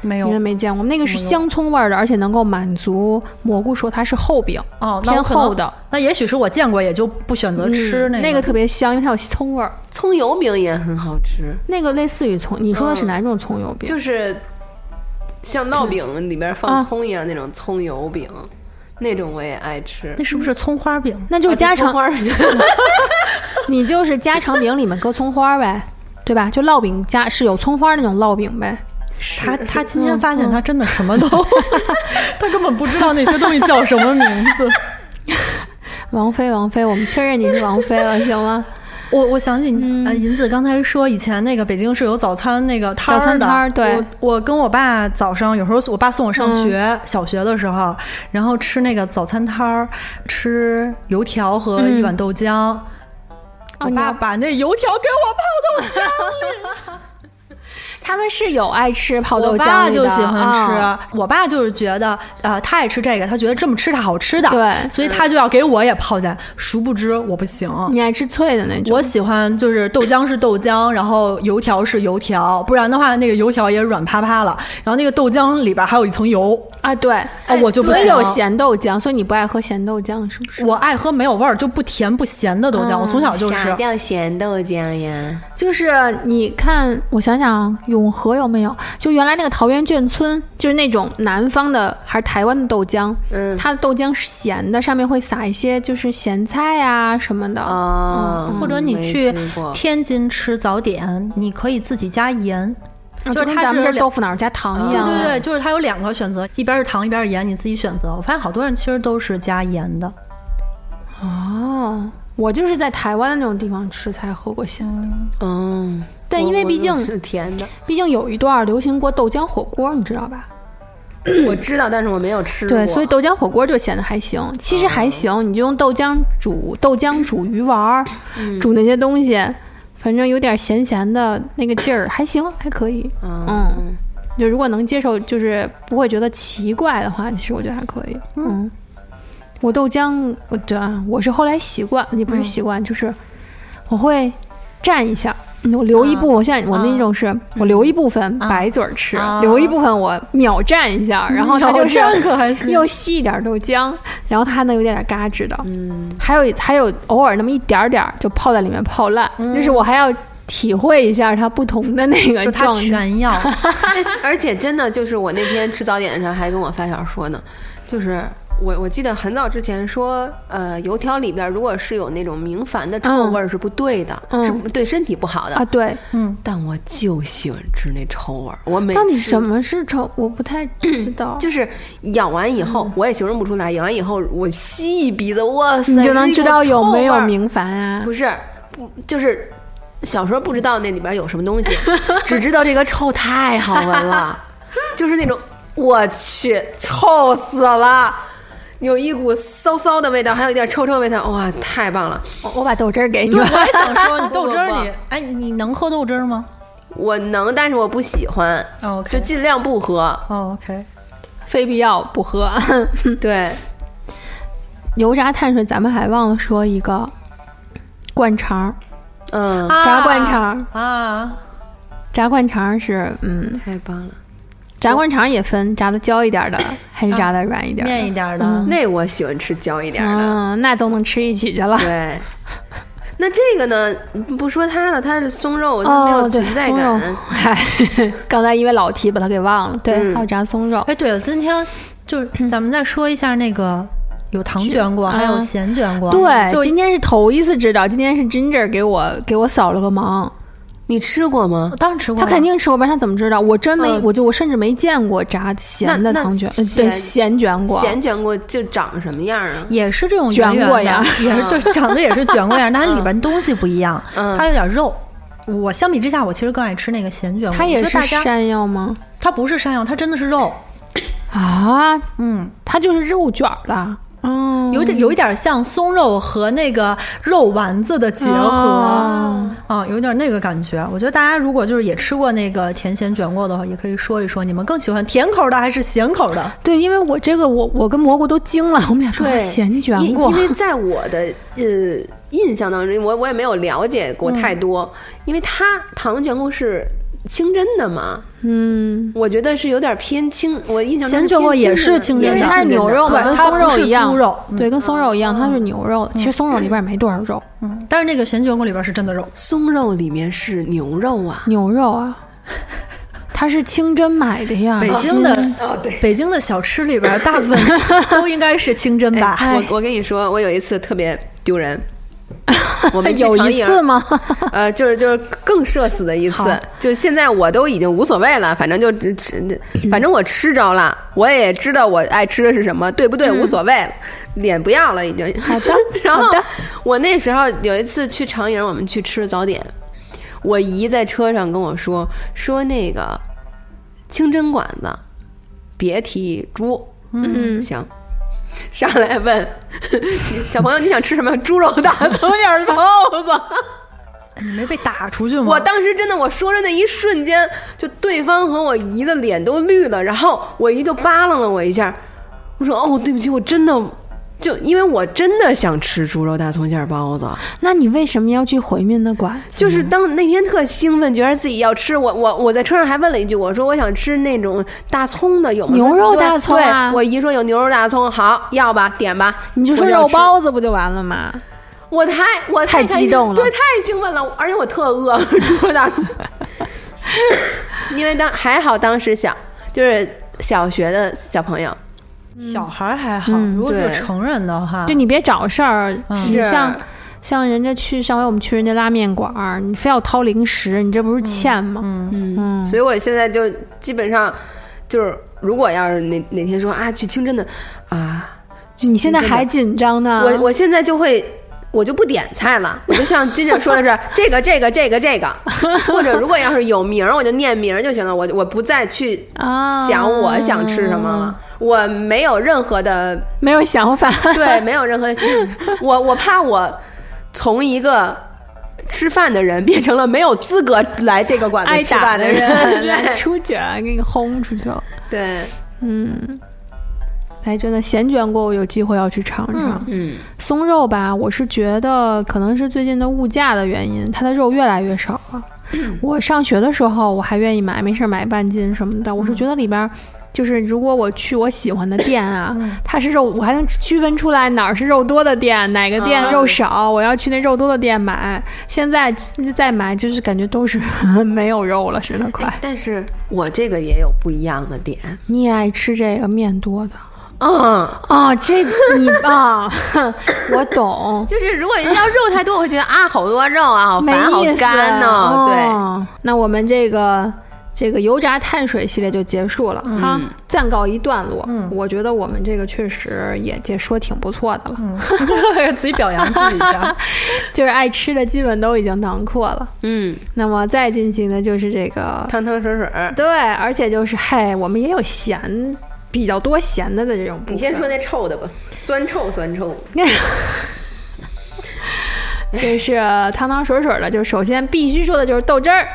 没因为没见过，那个是香葱味儿的，而且能够满足蘑菇说它是厚饼，哦，那偏我可能厚的。那也许是我见过，也就不选择吃嗯那个。那个特别香，因为它有葱味儿。葱油饼也很好吃，那个类似于葱，你说的是哪种葱油饼？就是像烙饼里边放葱一样那种葱油饼，那种我也爱吃。那是不是葱花饼？那啊就是家常，葱花儿 你就是家常饼里面搁葱花呗，对吧？就烙饼加是有葱花那种烙饼呗。他他今嗯天发现他真的什 么都，他根本不知道那些东西叫什么名字。王菲，王菲，我们确认你是王菲了，行吗？我我想起嗯你呃，银子刚才说以前那个北京是有早餐那个摊儿的早餐摊儿对嗯我我跟我爸早上有时候我爸送我上学、小学的时候，然后吃那个早餐摊儿，吃油条和一碗豆浆。我嗯哦你爸要把那油条给我泡豆浆。 他们是有爱吃泡豆我浆的，爸就喜欢吃，啊我爸就是觉得，呃，他爱吃这个，他觉得这么吃是好吃的，对所以他就要给我也泡在。殊不知我不行，你爱吃脆的那种。我喜欢就是豆浆是豆浆，然后油条是油条，不然的话那个油条也软趴趴了，然后那个豆浆里边还有一层油，啊，对，啊，我就不所以行。有咸豆浆，所以你不爱喝咸豆浆是不是？嗯我爱喝没有味儿，就不甜不咸的豆浆，我从小就啥是。叫咸豆浆呀？就是你看，我想想啊，永和有没有？就原来那个桃源眷村，就是那种南方的还是台湾的豆浆，嗯它的豆浆是咸的，上面会撒一些就是咸菜啊什么的。哦，或者你没去吃过天津吃早点，你可以自己加盐，啊就是跟它咱们是这豆腐脑加糖一对样。对对，就是它有两个选择，一边是糖，一边是盐，你自己选择。我发现好多人其实都是加盐的，哦，我就是在台湾的那种地方吃才喝过咸的，嗯，但我因为我毕就竟是甜的，毕竟有一段流行过豆浆火锅，你知道吧？我知道，但是我没有吃过。对，所以豆浆火锅就显得还行，其实还行，你就用豆浆煮豆浆煮鱼丸儿，煮那些东西，反正有点咸咸的那个劲儿，还行，还可以。嗯嗯，就如果能接受，就是不会觉得奇怪的话，其实我觉得还可以。嗯，我豆浆，我对啊，我是后来习惯，也不是习惯，就是我会蘸一下。我留一部，我现在我那种是我留一部分白嘴儿吃，啊留一部分我秒蘸一下，然后它就是秒蘸可还行 又细一点儿豆浆，然后它还能有点点嘎吱的，嗯，还有还有偶尔那么一点儿点儿就泡在里面泡烂，就是我还要体会一下它不同的那个就它状态。全 要， 而且真的就是我那天吃早点的时候还跟我发小说呢，就是我我记得很早之前说，呃，油条里边如果是有那种明矾的臭嗯味儿是不对的，嗯是不对身体不好的。啊，对，但我就喜欢吃那臭味儿，我每到底次什么是臭？我不太知道。就是咬完以嗯后，我也形容不出来。咬完以后，我吸一鼻子，哇塞，你就能是一知股道有没臭有味儿明矾啊？不是，不就是小时候不知道那里边有什么东西，只知道这个臭太好闻了，就是那种我去臭死了，有一股馊馊的味道，还有一点臭臭的味道，哇，太棒了！我我把豆汁儿给你对，我吧。也哎想说，你豆汁不儿不你，哎，你你能喝豆汁儿吗哦我能，但是我不喜欢，哦 OK 就尽量不喝。哦 OK，非必要不喝。 嗯对，油炸碳水，咱们还忘了说一个灌肠儿，嗯，炸灌肠儿，啊，炸灌肠儿是嗯，太棒了。炸灌肠儿也分炸的焦一点儿的，还是炸的软一点儿的。面一点儿的，那我喜欢吃焦一点的。嗯，那都能吃一起去了。对。那这个呢？不说它了，它是松肉，它没有哦对存在松感。肉嗨，刚才因为老提把它给忘了。对，嗯还有炸松肉。哎，对了，今天就是咱们再说一下那个有糖卷果，还有嗯咸卷果。对，就今天是头一次知道，今天是 Ginger 给我给我扫了个盲，你吃过吗我？当然吃过他了，肯定吃过，不然他怎么知道？我真没，嗯我就我甚至没见过炸咸的那那糖卷，呃咸对，咸卷果，咸卷果就长什么样啊？也是这种卷圆过圆呀的，嗯也是对，长得也是卷过 样，但是里边东西不一样，嗯它有点肉。我相比之下，我其实更爱吃那个咸卷果。它也我是觉得大家，山药吗？它不是山药，它真的是肉，啊，嗯，它就是肉卷儿的，嗯，有点有一点像松肉和那个肉丸子的结哦合，哦啊，有点那个感觉。我觉得大家如果就是也吃过那个甜咸卷果的话，也可以说一说，你们更喜欢甜口的还是咸口的？对，因为我这个我我跟蘑菇都惊了，我们俩说对，咸卷因果因，为在我的呃印象当中，我我也没有了解过太多，因为它糖卷果是清真的嘛，嗯，我觉得是有点偏清。我印象中咸卷果也是清真偏的的，因为也它是牛肉嘛，对跟它松不肉是一样，猪肉嗯对，跟松肉一样，它是牛肉的。其实松肉里边也没多少肉，嗯，但是那个咸卷果里边是真的肉，松肉里面是牛肉啊。牛肉啊，它是清真买的呀。北京的哦，对。北京的小吃里边儿大部 分都应该是清真吧？我我跟你说，我有一次特别丢人，我们去哎有长一营次吗？ 呃，就是就是更社死的一次，就现在我都已经无所谓了，反正就只吃，反正我吃着了，我也知道我爱吃的是什么，对不对？无所谓了，脸不要了已经。嗯好的， 然后我那时候有一次去长营，我们去吃早点，我姨在车上跟我说说那个清真馆子，别提猪，嗯，行。上来问 小朋友，你想吃什么？猪肉大葱眼儿包子。哦 你没被打出去吗？我当时真的，我说的那一瞬间，就对方和我姨的脸都绿了，然后我姨就扒拉了我一下，我说：“哦，对不起，我真的。”就因为我真的想吃猪肉大葱馅儿包子，那你为什么要去回民的馆子？就是当那天特兴奋，觉得自己要吃。我我我在车上还问了一句，我说我想吃那种大葱的，有吗？牛肉她说大葱啊对我姨说有牛肉大葱，好，要吧，点吧。你就说我要肉吃包子不就完了吗？我太我太开心激动了对，太兴奋了，而且我特饿， 猪肉大葱。因为当还好当时小，就是小学的小朋友，小孩儿还好，嗯如果对是成人的话，就你别找事儿，你是像像人家去上回我们去人家拉面馆儿，你非要掏零食，你这不是欠吗？嗯所以我现在就基本上就是，如果要是哪哪天说啊去清真的啊，你现在真的还啊紧张呢？我我现在就会。我就不点菜了，我就像金姐说的 是这个这个这个这个，或者如果要是有名儿，我就念名儿就行了，我我不再去啊想我想吃什么了，我没有任何的没有想法，对，没有任何，我我怕我从一个吃饭的人变成了没有资格来这个馆挨子吃打饭的 人，来出卷儿给你轰出去了。对，嗯，哎，真的咸卷锅我有机会要去尝尝。嗯松肉吧，我是觉得可能是最近的物价的原因，它的肉越来越嗯嗯少了。我上学的时候我还愿意买，没事儿买半斤什么的。我是觉得里边儿就是如果我去我喜欢的店啊，它是肉，我还能区分出来哪儿是肉多的店，哪个店啊肉少，我要去那肉多的店买。现在再买就是感觉都是 没有肉了似的，快。但是我这个也有不一样的点，你也爱吃这个面多的嗯，啊？这个你啊， 我懂。就是如果要肉太多，我会觉得啊，好多肉啊，好没烦，好意思干呢、对，哦那我们这个这个油炸碳水系列就结束了、嗯啊，暂告一段落。我觉得我们这个确实也这说挺不错的了，嗯自己表扬自己一 下。 就是爱吃的基本都已经囊括了。嗯，那么再进行的就是这个，汤汤水水。对，而且就是嘿，我们也有咸。比较多咸的的这种部分，你先说那臭的吧，酸臭酸臭。 就是汤汤水水的，就首先必须说的就是豆汁 儿。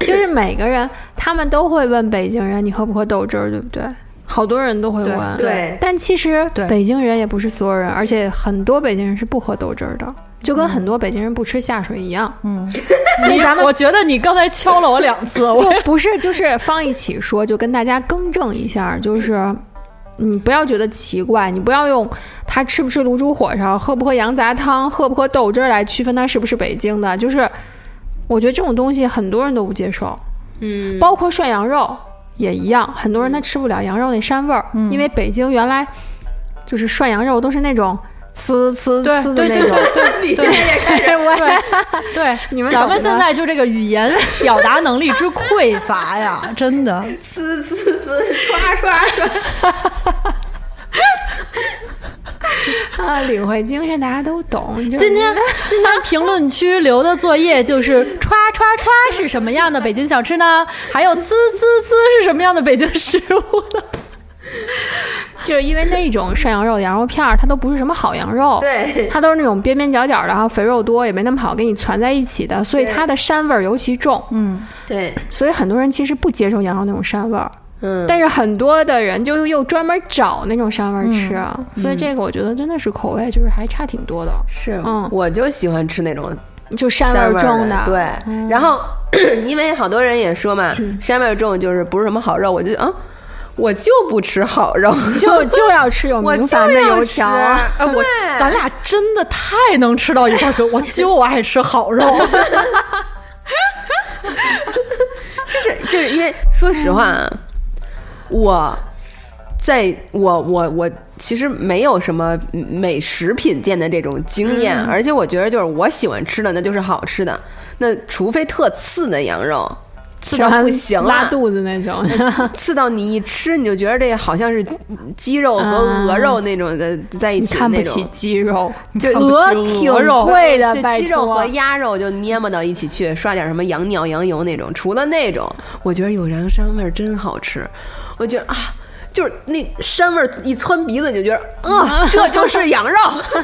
就是每个人，他们都会问北京人你喝不喝豆汁儿，对不对？好多人都会问，对对但其实对北京人也不是所有人，而且很多北京人是不喝豆汁儿的，就嗯跟很多北京人不吃下水一样。嗯 你我觉得你刚才敲了我两次，我就不是，就是放一起说，就跟大家更正一下，就是你不要觉得奇怪，你不要用他吃不吃卤煮火烧、喝不喝羊杂汤、喝不喝豆汁儿来区分他是不是北京的。就是我觉得这种东西很多人都不接受，嗯，包括涮羊肉也一样，很多人他吃不了羊肉那膻味儿，因为北京原来就是涮羊肉都是那种。呲呲呲的那种， 你这也开始对你们咱懂们的现在就这个语言表达能力之匮乏呀，真的。呲呲呲刷刷刷。啊，领会精神，大家都懂。就是今天今天评论区留的作业就是“歘歘歘”是什么样的北京小吃呢？还有“呲呲呲”是什么样的北京食物呢？就是因为那种涮羊肉的羊肉片儿，它都不是什么好羊肉，对它都是那种边边角角的，然后肥肉多，也没那么好给你攒在一起的，所以它的膻味儿尤其重。嗯对，所以很多人其实不接受羊肉那种膻味儿，嗯，但是很多的人就又专门找那种膻味儿吃，啊嗯所以这个我觉得真的是口味就是还差挺多的，是嗯我就喜欢吃那种就膻味膻儿味儿重的嗯的。对，然后 因为好多人也说嘛，膻味儿重就是不是什么好肉，我就啊，我就不吃好肉，就就要吃有我明就矾的要油吃条啊。哎，我咱俩真的太能吃到一块儿去，我就爱吃好肉。就是就是因为说实话，啊，我在我我我其实没有什么美食品鉴的这种经验，而且我觉得就是我喜欢吃的那就是好吃的，那除非特刺的羊肉，刺吃到完不行拉了。肚子那种，刺到你一吃，你就觉得这好像是鸡肉和鹅肉那种的在一你起啊看不那起种，鸡肉，就鹅挺 鹅肉贵的，就拜鸡肉托啊和鸭肉就捏磨到一起去，刷点什么羊尿、羊油那种。除了那种，我觉得有羊膻味儿真好吃。我觉得啊，就是那膻味儿一窜鼻子，你就觉得， 呃，这就是羊肉。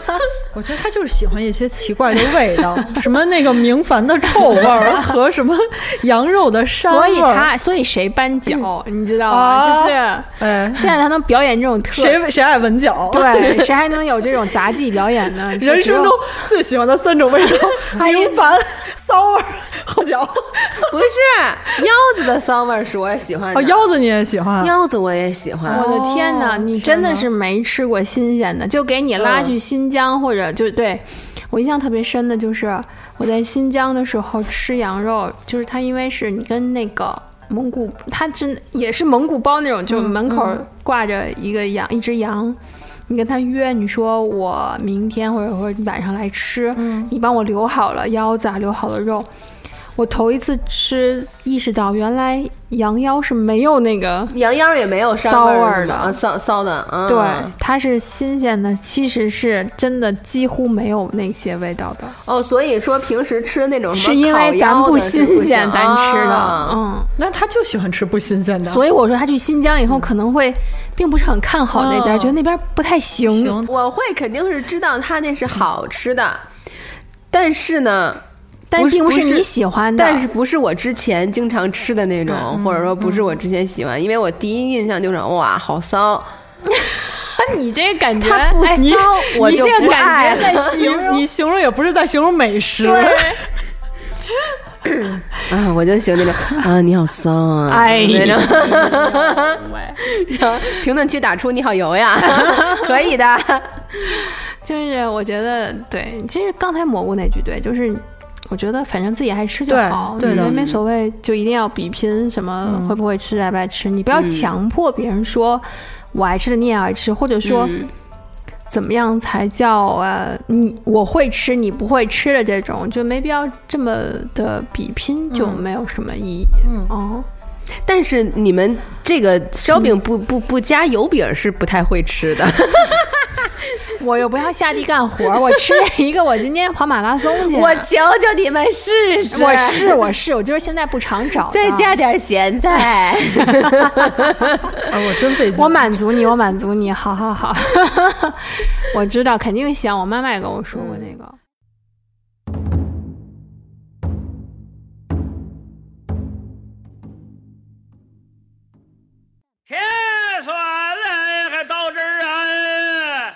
我觉得他就是喜欢一些奇怪的味道，什么那个明矾的臭味 儿和什么羊肉的膻味所儿。嗯以他，所以谁扳脚，你知道吗？啊就是哎，现在他能表演这种特，谁谁爱闻脚？，对，谁还能有这种杂技表演呢？就人只有生中最喜欢的三种味道：明矾、骚味儿和脚。不是腰子的骚味儿是我也喜欢的，哦，腰子你也喜欢？腰子我也喜欢。我的天哪，哦嗯你真的是没吃过新鲜的，就给你拉去新疆或者就对。我印象特别深的就是我在新疆的时候吃羊肉，就是它因为是你跟那个蒙古，它真也是蒙古包那种，就是门口挂着一个羊，一只羊，你跟他约，你说我明天或者或者晚上来吃，你帮我留好了腰子啊，留好了肉。我头一次吃，意识到原来羊腰是没有那个羊腰也没有骚膻味味儿儿是吗的啊骚骚的，嗯对，它是新鲜的，其实是真的几乎没有那些味道的，哦，所以说平时吃那种什么是因烤为咱腰不的是新鲜，行咱吃的，嗯啊那他就喜欢吃不新鲜的。嗯，所以我说他去新疆以后可能会，并不是很看好那边，嗯觉得那边不太行。行，我会肯定是知道它那是好吃的，但是呢，但不是并不不是你喜欢的，但是不是我之前经常吃的那种，嗯或者说不是我之前喜欢，因为我第一印象就是哇，好骚， 你这感觉，它不哎骚， 我你就现不爱在了。 在形容，你形容也不是在形容美食，啊，我就喜欢那种啊，你好骚啊，哎，那种。然后评论区打出你好 油呀，可以的。就是我觉得对，其实刚才蘑菇那句对，就是我觉得反正自己爱吃就对好，对的没没所谓，就一定要比拼什么会不会吃爱不爱吃，你不要强迫别人说我爱吃的你也爱吃，或者说。嗯怎么样才叫呃你我会吃你不会吃的这种就没必要这么的比拼，就没有什么意义。嗯哦，但是你们这个烧饼不不不加油饼是不太会吃的，我又不要下地干活，我吃一个，我今天跑马拉松去。我求求你们试试，我是我是，我就是现在不常找到，再加点咸菜。啊，我真费劲 我。满足你，我满足你，好好好， 我知道肯定香。我妈妈也跟我说过那个。天酸来还到这儿啊，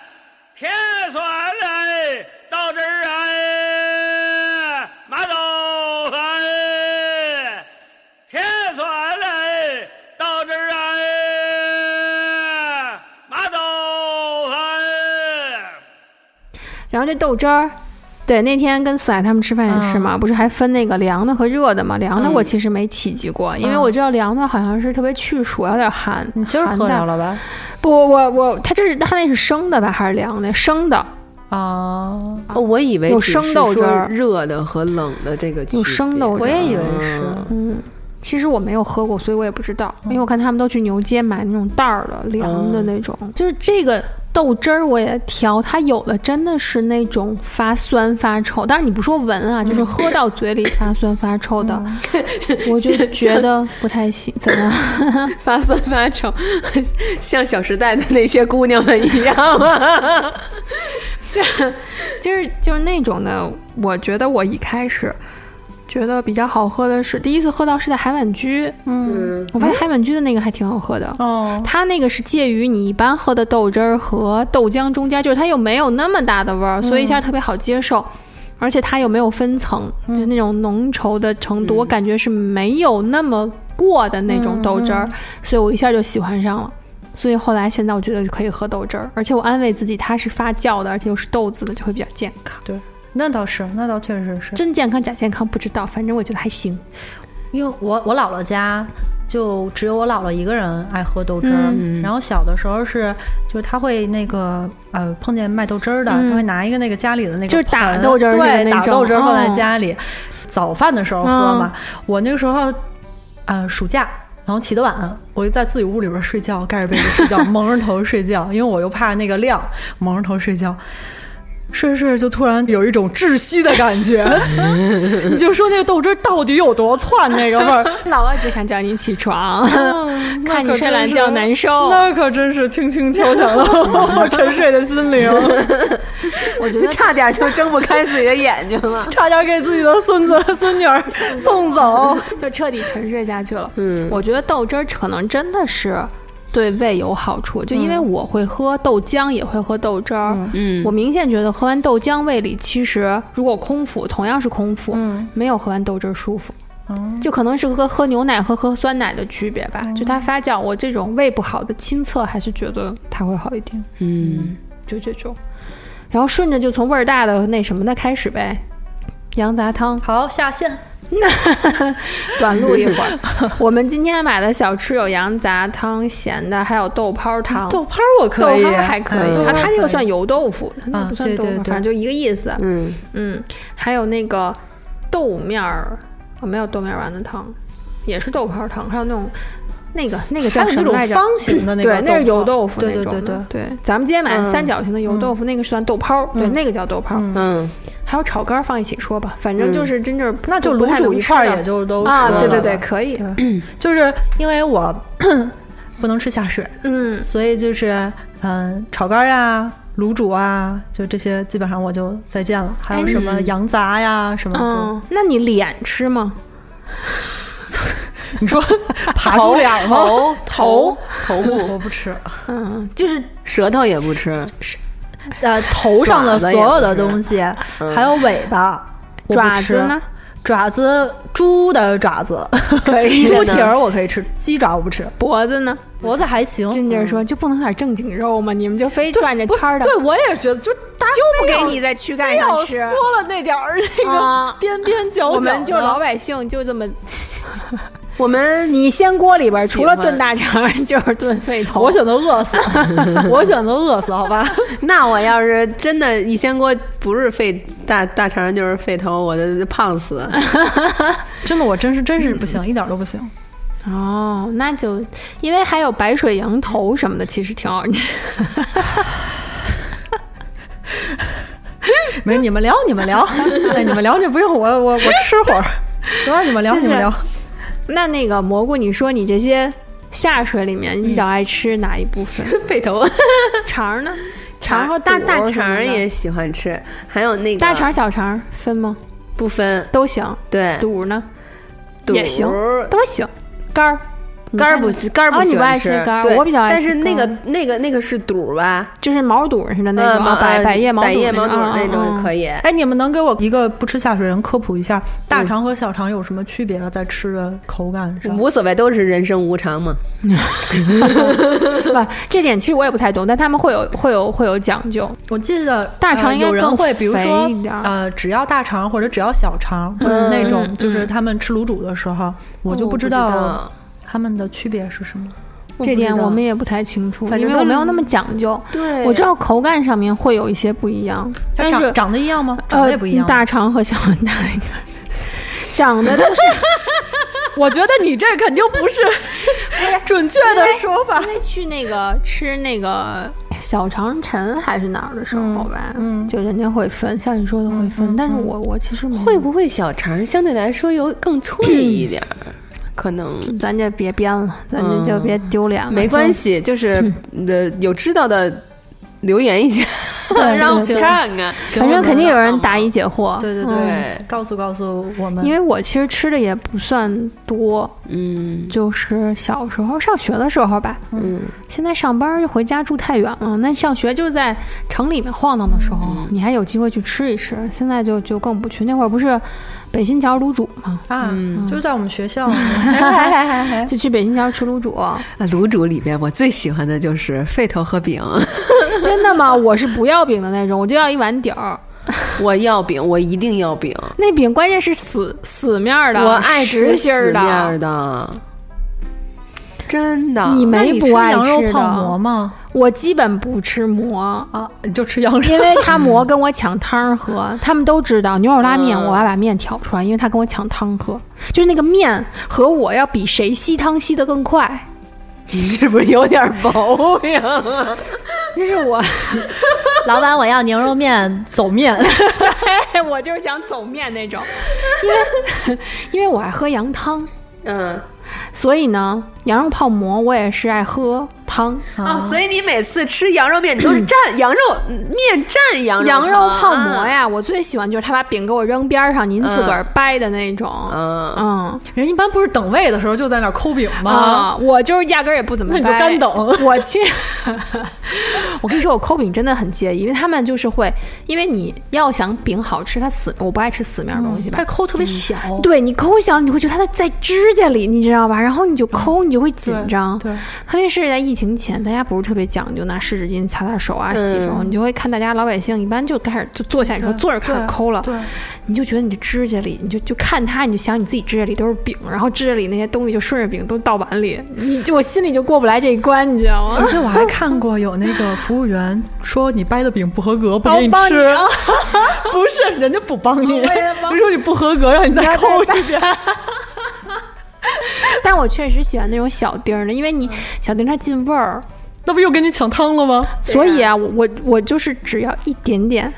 天酸来到这儿啊，马走啊，天酸来到这儿啊，马走啊。然后这豆汁儿，对，那天跟四海他们吃饭也是嘛，不是还分那个凉的和热的嘛？凉的我其实没企及过，因为我知道凉的好像是特别去暑，有点寒。你今儿寒喝的着了吧？不，我我他这是他那是生的吧，还是凉的？生的。啊，哦我以为有只生是豆说汁儿热的和冷的这个区有生豆汁儿别我也以为是嗯嗯，其实我没有喝过，所以我也不知道，因为我看他们都去牛街买那种袋儿的凉的那种，就是这个豆汁儿我也挑，它有的真的是那种发酸发臭，当然你不说闻啊，就是喝到嘴里发酸发臭的， 我就觉得不太行，怎么？发酸发臭，像《小时代》的那些姑娘们一 样啊。 就是就是那种的，我觉得我一开始觉得比较好喝的是第一次喝到是在海碗居，嗯，我发现海碗居的那个还挺好喝的，哦，它那个是介于你一般喝的豆汁儿和豆浆中间，就是它又没有那么大的味儿，所以一下特别好接受。而且它又没有分层，就是那种浓稠的程度，我感觉是没有那么过的那种豆汁儿，嗯所以我一下就喜欢上了。所以后来现在我觉得可以喝豆汁儿，而且我安慰自己它是发酵的，而且又是豆子的，就会比较健康。对，那倒是，那倒确实是。真健康假健康不知道，反正我觉得还 行。因为我我姥姥家就只有我姥姥一个人爱喝豆汁儿，然后小的时候是就是他会那个呃碰见卖豆汁儿的，他会拿一个那个家里的那个就是打盆豆汁儿的对，那打种豆汁儿放在哦家里，早饭的时候喝嗯嘛。我那个时候呃暑假。然后起得晚，我就在自己屋里边睡觉，盖着被子睡 觉，蒙着头睡觉，因为我又怕那个亮，蒙着头睡觉。睡着睡着就突然有一种窒息的感 觉，你就说那个豆汁儿到底有多窜那个味 儿，老外只想叫你起 床，那看你可睡真懒是觉难 受。那可真是轻轻敲响 了我沉睡的心灵，我觉得差点就睁不开自己的眼睛了。差点给自己的孙子孙女儿送走。就彻底沉睡下去了。嗯，我觉得豆汁儿可能真的是对胃有好处，就因为我会喝豆浆，也会喝豆汁儿。嗯，我明显觉得喝完豆浆，胃里其实如果空腹，同样是空腹，嗯，哦没有喝完豆汁儿舒服。就可能是和喝牛奶和喝酸奶的区别吧，就它发酵，我这种胃不好的亲测还是觉得它会好一点，嗯，就这种。然后顺着就从味儿大的那什么的开始呗，羊杂汤。好，下线。短路一会儿。 我们今天买的小吃有羊杂汤、咸的，还有豆泡汤。豆泡儿我豆可以，泡还可以嗯啊，它那个算油豆腐，它那不啊算对豆对腐，对反正就一个意思。嗯，嗯，还有那个豆面儿，哦，没有豆面儿丸子汤，也是豆泡汤，还有那种那个那个还叫有什那么种来着？方形的那个对，那是油豆豆腐对那对种对的。对。嗯对，咱们今天买的三角形的油豆腐，那个是算豆泡儿，对，那个叫豆泡儿。嗯，还有炒肝儿放一起说吧，反正就是真正嗯那就不卤太煮能一吃块儿，的也就都啊，说对对了对，吧嗯可以。就是因为我 不能吃下水，嗯，所以就是嗯，炒肝啊、卤煮啊，就这些基本上我就再见了。还有什么羊杂呀什么嗯的，，那你脸吃吗？你说爬猪脸儿吗？头头头部，我不吃，嗯，就是舌头也不吃，呃，头上的所爪子也有不的吃东西，还有尾巴，我不爪吃子呢？爪子，猪的爪子，可以的猪呢蹄儿我可以吃，鸡爪我不吃，脖子呢？嗯脖子还行。俊俊说就不能点正经肉吗？你们就非转着不圈儿的，对我也觉得，就大家就不非要给你在躯干非要上吃缩。了那点儿那啊个边边角角的，我们就老百姓就这么，我们你掀锅里边儿喜除了欢炖大肠就是炖肺头。我选择饿死，我选择饿死，好吧？那我要是真的一掀锅，不是肺大大肠就是肺头，我的胖死。 真的，我真是真是不行，一点都不行。 哦，那就因为还有白水羊头什么的，其实挺好 吃。没事，你们聊，你 们聊，哎，你们聊就不用我，我我吃会儿。行吧，你们聊，就是你们聊。那那个蘑菇，你说你这些下水里面，你比较爱吃哪一部 分？肺头，肠儿呢？肠和大大肚儿什么肠儿的也喜欢吃，还有那个大肠小肠儿分吗？不分，都行。对，肚儿呢？肚也行儿都行。肝儿，肝你儿看不呢肝儿啊不你喜不爱欢吃肝儿对我比较爱但吃是那个肝那个那个是肚儿吧？就是毛肚似的那呃种，毛啊百呃百叶毛肚百叶毛肚啊那种啊可以。哎，你们能给我一个不吃下水人科普一下大肠和小肠有什么区别吗？在吃的口感上？无所谓，都是人生无常嘛。不，这点其实我也不太懂，但他们会有会有会有讲究。我记得大肠呃应该有人更会，比如说肥一点儿嗯呃，只要大肠或者只要小肠，或者那种就是他们吃卤煮的时候，哦我就哦我不知知道道他们的区别是什么。这点不知道我们也不太清楚，反因正为都我是没有那么讲究。对我知道口感上面会有一些不一样，但它是长长得一样吗？长得呃也不一样。大肠和小肠 大一点儿，长得都是我觉得你这肯定不 是准确的说法因。为去那个吃那个小肠陈还是哪儿的时候吧，嗯嗯就人家会分，像你说的会分，但是我我其实没有嗯会不会小肠相对来说有更 脆一点儿？可能咱就别编了，咱就就别丢脸了，嗯没关系， 就是呃，有知道的留言一下， 让我们对看看。就，反正肯定有人答疑解惑。对对嗯对嗯，告诉告诉我们因。为我其实吃的也不算多，嗯就是小时候上学的时候吧，嗯，现在上班就回家住太远了，那上学就在城里面晃荡的时候，嗯你还有机会去吃一吃。现在就就更不去，那会儿不是北新桥卤煮吗？啊，嗯就在我们学 校，哎就去北新桥吃卤 煮，啊，卤煮里边我最喜欢的就是肺头和饼。真的吗？我是不要饼的那种，我就要一碗底儿。 我要饼，我一定要饼。那饼关键是死死面儿的，我爱实吃心儿死面的。儿的，真的。你那没你吃不爱羊肉吃泡馍的，吗？我基本不吃馍，啊，你就吃羊因肉。为他馍跟我抢汤儿 喝，他们都知道牛肉拉面，嗯我要把面挑出来，因为他跟我抢汤喝，就是那个面和我要比谁吸汤吸得更快，你是不是有点毛病啊？ 这是我，老板，我要牛肉面。 走面，我就是想走面那种，因为因为我爱喝羊汤，嗯，所以呢，羊肉泡馍我也是爱喝汤，哦，所以你每次吃羊肉面，你都是 蘸羊肉面蘸羊肉羊肉泡汤馍。啊呀，我最喜欢就是他把饼给我扔边儿上，您自个儿掰的那种，嗯，嗯人一般不是等位的时候就在那儿抠饼吗？啊，我就是压根儿也不怎么那掰，你就干等我其实，我跟你说，我抠饼真的很介意，因为他们就是会，因为你要想饼好吃，它死，我不爱吃死面儿东西吧。它抠特别小，对你抠小，你会觉得它在在指甲里，你知道吧？然后你就抠，你就会紧张。嗯对对特别是在疫情前，大家不是特别讲究拿湿纸巾擦擦手嗯啊、洗手，你就会看大家老百姓一般就开始就坐下，你说坐着开始抠了，对对你就觉得你的指甲里，你就就看它，你就想你自己指甲里都是饼，然后指甲里那些东西就顺着饼都到碗里，你就我心里就过不来这一关，你知道吗而？且我还看过有那个服务员说你掰的饼不合格，不帮哦给你啊帮吃， 不是人家不帮你，人说你不合格，让你再抠一遍。 但我确实喜欢那种小丁儿的，因为嗯你小丁儿它进味儿，那不又跟你抢汤了吗？所以啊，我我我就是只要一点点，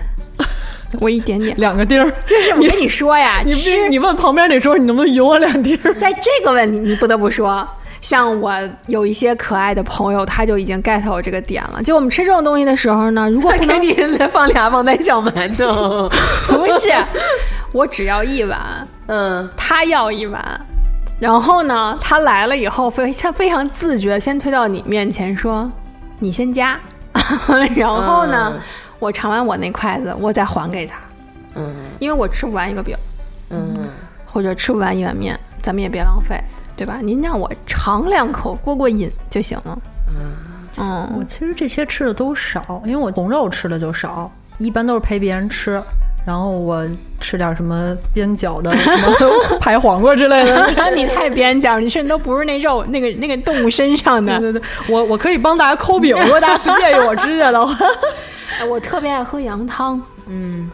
我一点点。两个丁儿，就是我跟你说呀，你吃你问旁边那桌你能不能匀我两丁儿？在这个问题，你不得不说，像我有一些可爱的朋友，他就已经 get 我这个点了。就我们吃这种东西的时候呢，如果不给能你 放俩旺仔小馒头。 不是，我只要一碗，嗯，他要一碗。然后呢，他来了以后，非他非常自觉，先推到你面前说：“你先夹。” 然后呢，嗯我尝完我那筷子，我再还给他。嗯，因为我吃不完一个饼。嗯，或者吃不完一碗面，咱们也别浪费，对吧？您让我尝两口过过瘾就行了。嗯 我其实这些吃的都少，因为我红肉吃的就少，一般都是陪别人吃。然后我吃点什么边角的、什 么排黄瓜之类 的。你太边角，你甚至都不是那肉那个那个动物身上对对对，我我可以帮大家抠 饼，如果大家不介意我吃下的话。哎我特别爱喝羊汤，嗯，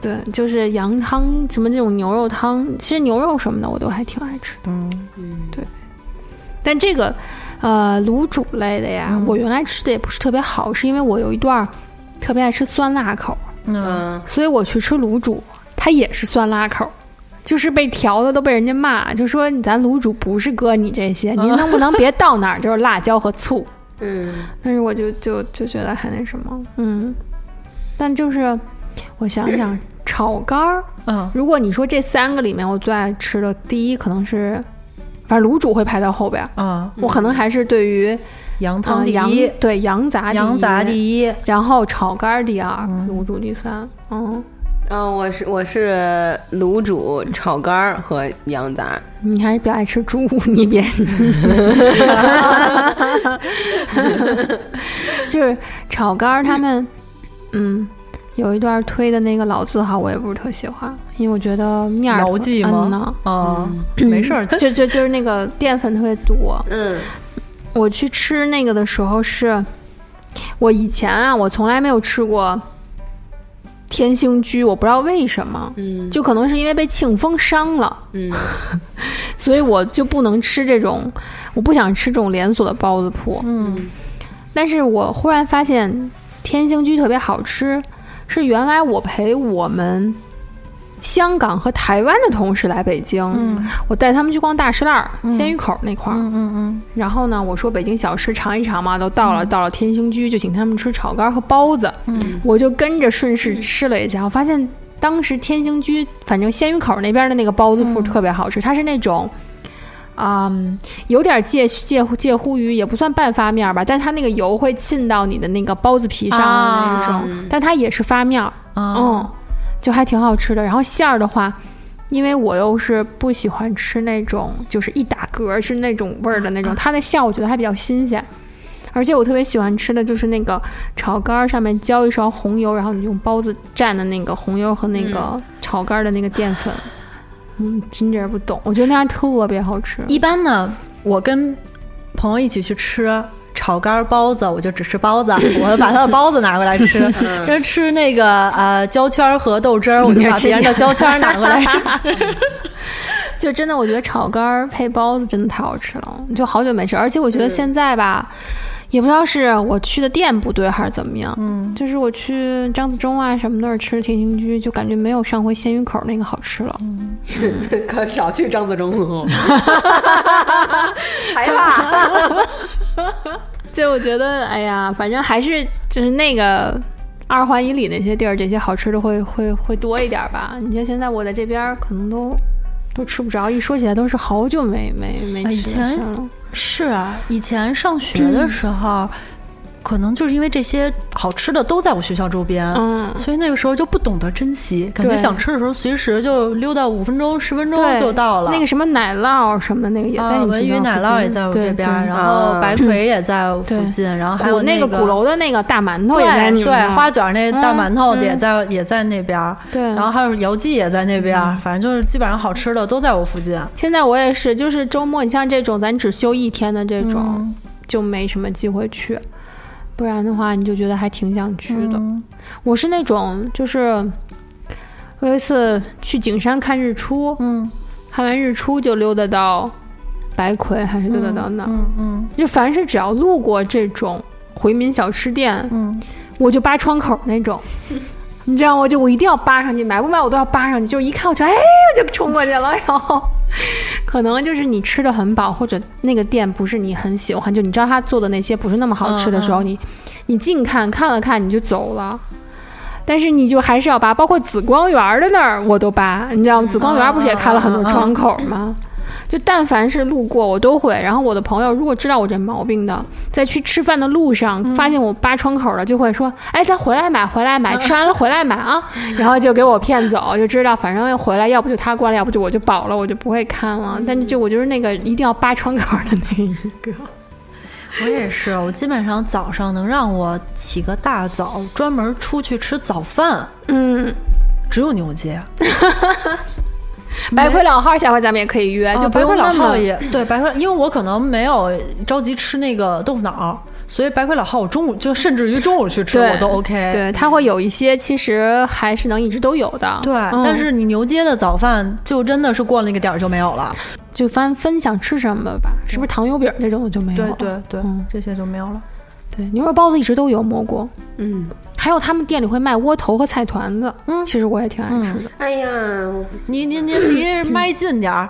对，就是羊汤什么这种牛肉汤，其实牛肉什么的我都还挺爱吃的，嗯对。但这个呃卤煮类的呀，我原来吃的也不是特别好，是因为我有一段儿特别爱吃酸辣口，嗯，嗯，所以我去吃卤煮，它也是酸辣口。就是被调的都被人家骂，就说咱卤煮不是搁你这嗯些，您能不能别到哪儿 就是辣椒和醋？嗯，但是我就就就觉得还那什么，嗯，但就是我想 想，炒肝儿，嗯，如果你说这三个里面我最爱吃的，第一可能是，反正卤煮会排到后边儿，啊，我可能还是对于羊呃哦汤第羊一，对羊杂羊杂一，第一，然后炒肝儿第二，卤煮第三，嗯，嗯，我是我是卤煮、炒肝儿和羊杂，你还是比较爱吃猪，你别，就是炒肝儿他们，嗯，有一段推的那个老字号，我也不是特喜欢，因为我觉得面儿牢记嗯呢吗？啊，嗯没事 儿，就就就是那个淀粉特别多。嗯我去吃那个的时候是，我以前啊，我从来没有吃过天星居，我不知道为什么，嗯就可能是因为被庆丰伤了。 嗯所以我就不能吃这种，我不想吃这种连锁的包子铺。嗯但是我忽然发现天星居特别好吃，是原来我陪我们香港和台湾的同事来北京，嗯我带他们去逛大石烂儿、鲜鱼口那块儿。嗯嗯然后呢，我说北京小吃尝一尝嘛，都到了，到了天星居就请他们吃炒肝和包子，嗯我就跟着顺势吃了一下，我发现当时天星居反正鲜鱼口那边的那个包子铺特别嗯好吃，它是那种。啊、有点介介乎介乎于也不算半发面吧，但它那个油会沁到你的那个包子皮上的那种，啊但它也是发面儿，嗯哦啊，嗯，就还挺好吃的。然后馅儿的话，因为我又是不喜欢吃那种就是一打嗝是那种味儿的那种，它的馅儿我觉得还比较新鲜。而且我特别喜欢吃的就是那个炒肝儿上面浇一勺红油，然后你用包子蘸的那个红油和那个炒肝儿的那个淀粉。嗯，真真不懂，我觉得那样特别好吃。一般呢，我跟朋友一起去吃。炒肝儿包子，我就只吃包子，我把他的包子拿过来吃。嗯 跟吃那个呃焦圈儿和豆汁儿，我就把别人的焦 圈儿拿过来吃。就真的，我觉得炒肝儿配包子真的太好吃了，就好久没吃。而且我觉得现在吧，也不知道是我去的店不对还是怎么样，嗯，就是我去张自忠啊什么那儿吃天星居，就感觉没有上回鲜鱼口那个好吃了。嗯可少去张自忠，害怕。就我觉得，哎呀，反正还是就是那个二环以里那些地儿，这些好吃的会会会多一点儿吧。你像现在我在这边儿可能都都吃不着，一说起来都是好久没没没哎以吃前吃了。是啊，以前上学的时 候，可能就是因为这些好吃的都在我学校周边，嗯，所以那个时候就不懂得珍惜，感觉对想吃的时候随时就溜达五分钟、十分钟对，就到了。那个什么奶酪什么的那个也在啊，你们文学宇校奶附酪近也在我对这边儿，对然后啊白葵也在我附对近，然后还有鼓那个鼓楼的那个大馒头也在你对们那对儿花卷儿那大馒头嗯也在也在那边儿，对。然后还有姚记也在那边嗯儿，反正就是基本上好吃的都在我附近。现在我也是，就是周末，你像这种咱只休一天的这种，嗯就没什么机会去，不然的话你就觉得还挺想去的。嗯我是那种就是。我有一次去景山看日出，嗯看完日出就溜达到白葵，还是溜达到哪儿？嗯嗯就凡是只要路过这种回民小吃店，嗯，我就扒窗口那种， 你知道吗？就我一定要扒上去，买不买我都要扒上去。就是一看我就哎，我就冲过去了。然后 可能就是你吃的很饱，或者那个店不是你很喜欢，就你知道他做的那些不是那么好吃的时候，你你近看看了看你就走了。但是你就还是要嗯扒，包括紫光园的那儿我都扒，你知道吗？紫光园不是也开了很多窗口吗？就但凡是路过我都会。然后我的朋友如果知道我这毛病的，在去吃饭的路上发现我扒窗口了，就会说：“哎，咱回来买，回来买，吃完了回来买 啊。”然后就给我骗走，就知道反正要回来，要不就他关了，要不就我就饱了，我就不会看了。但就我就是那个一定要扒窗口的那一个。我也是，我基本上早上能让我起个大早，专门出去吃早饭，嗯，只有牛街。啊 白魁老号，下回咱们也可以约，就啊嗯不白用魁老那么号也对白魁，因为我可能没有着急吃那个豆腐脑，所以白魁老号我中午就甚至于中午去吃对我都 OK。对，它会有一些其实还是能一直都有的。对嗯但是你牛街的早饭就真的是过了那个点儿就没有了。就翻分享吃什么吧，是不是糖油饼这种就没有对了？对对，嗯这些就没有了。对，牛肉包子一直都有蘑菇，嗯，还有他们店里会卖窝头和菜团子，嗯，其实我也挺爱吃的。哎呀，我不行，你你你离 麦近点儿，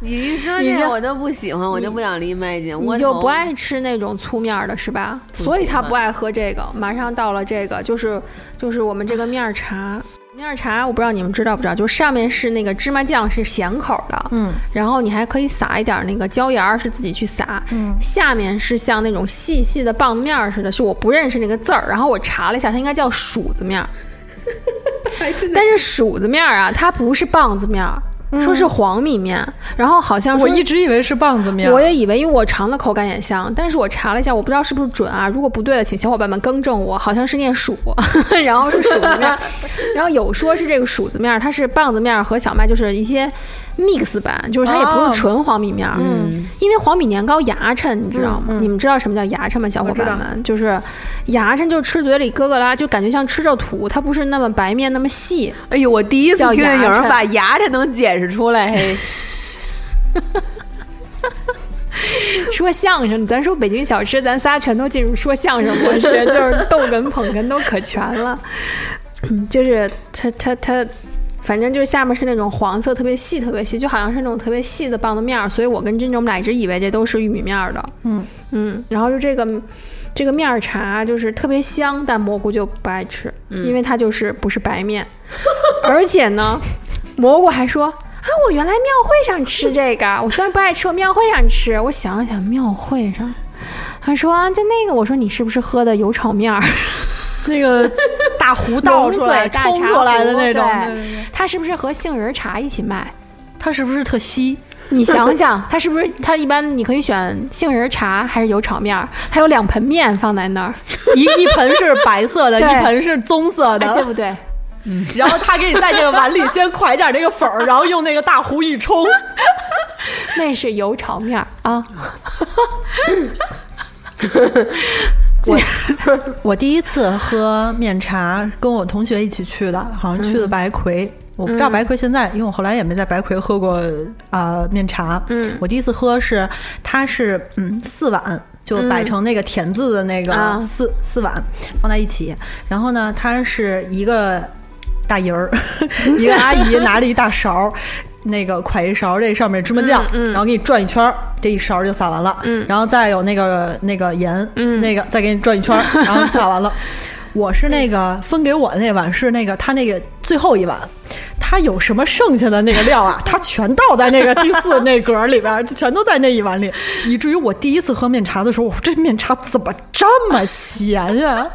你一说这个我就不喜欢，我就不想离麦近，我你就不爱吃那种粗面儿的是吧？所以他不爱喝这个。马上到了这个，就是就是我们这个面儿茶。面儿茶我不知道你们知道不知道，就上面是那个芝麻酱是咸口的，嗯，然后你还可以撒一点儿那个椒盐儿，是自己去撒，嗯下面是像那种细细的棒面儿似的，是我不认识那个字儿，然后我查了一下，它应该叫薯子 面儿，但是薯子面儿啊，它不是棒子面儿，说是黄米面，然后好像说嗯我一直以为是棒子面儿，我也以为，因为我尝的口感也像，但是我查了一下，我不知道是不是准啊。如果不对的，请小伙伴们更正我，好像是念薯， 然后是薯子面儿， 然后有说是这个薯子面儿，它是棒子面儿和小麦，就是一些 mix 版，就是它也不哦是纯黄米面儿，嗯，因为黄米年糕牙碜，你知道吗？你们知道什么叫牙碜吗，小伙伴们？就是牙碜，就是吃嘴里咯咯啦，就感觉像吃肉土，它不是那么白面那么细，哎呦，我第一次叫听见有牙人碜把牙碜能解释出来，嘿， 说相声，咱说北京小吃，咱仨全都进入说相声模式，就是逗哏捧哏都可全了。嗯，就是它它它，反正就是下面是那种黄色，特别细，特别细，就好像是那种特别细的棒子面儿。所以我跟珍珍我们俩一直以为这都是玉米面儿的。嗯嗯，然后就这个这个面儿茶就是特别香，但蘑菇就不爱吃，因为它就是不是白面， 而且呢，蘑菇还说。啊，我原来庙会上吃这个，啊 我虽然不爱吃，我庙会上吃。我想了想，庙会上，他说啊，就那个，我说你是不是喝的油炒 面儿？ 那个大壶倒出来 龙嘴大冲茶过来的壶那种，对对对对他是不是和杏仁茶一起 卖？它是不是特稀？你想想，它是不是它一般你可以选杏仁茶还是油炒面儿？它有两盆面放在那儿，一一盆是白色的，一对盆是棕色哎， 的，对不对？然后他给你在这个碗里先㧟点这个粉儿，然后用那个大壶一冲。那是油炒面儿啊。我 我第一次喝面茶，跟我同学一起去的，好像去的白魁。我不知道白魁现在，因为我后来也没在白魁喝过啊、呃面茶。嗯，我第一次喝是它是嗯四碗，就摆成那个田字的那啊个四、四碗放在一起。然后呢，它是一个大姨儿，一个阿姨拿着一大勺儿，那个㧟一勺儿，这上面芝麻酱，然后给你转一圈儿，这一勺儿就撒完了，然后再有那个那个盐，那个再给你转一圈儿，然后撒完了。我是那个分给我的那碗是那个他那个最后一碗，他有什么剩下的那个料啊，他全倒在那个第四那格儿里边儿，就全都在那一碗里，以至于我第一次喝面茶的时候，我说这面茶怎么这么咸呀、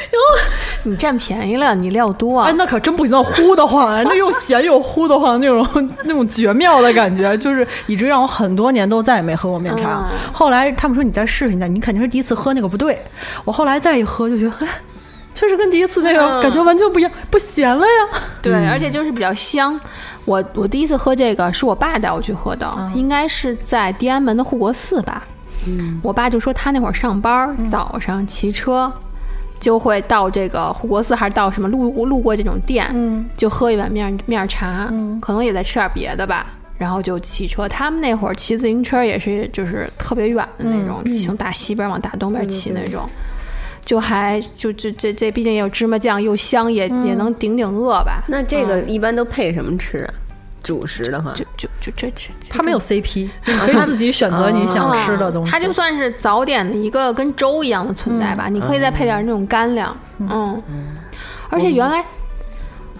你占便宜了，你料多啊哎，。那可真不行，那呼得慌啊，那又咸又呼得慌，那种那种绝妙的感觉，就是以至于让我很多年都再也没喝过面茶。后来他们说你再试试，你再你肯定是第一次喝那个不对。我后来再一喝就觉得，哎，确实跟第一次那个感觉完全不一样，不咸了呀。对，而且就是比较香。我我第一次喝这个是我爸带我去喝的，应该是在地安门的护国寺吧。我爸就说他那会儿上班儿，早上骑车就会到这个护国寺，还是到什么路路过这种店，就喝一碗面面茶，可能也再吃点别的吧。然后就骑车，他们那会儿骑自行车也是，就是特别远的那种，从大西边往大东边骑那种。就还就这这这，毕竟也有芝麻酱，又香也、也能顶顶饿吧。 那这个一般都配什么吃啊？主食的话就，就就这这，这他没有 CP，你 可以自己选择你想吃的东西。哦它就算是早点的一个跟粥一样的存在吧。你可以再配点那种干粮，嗯，而且原来。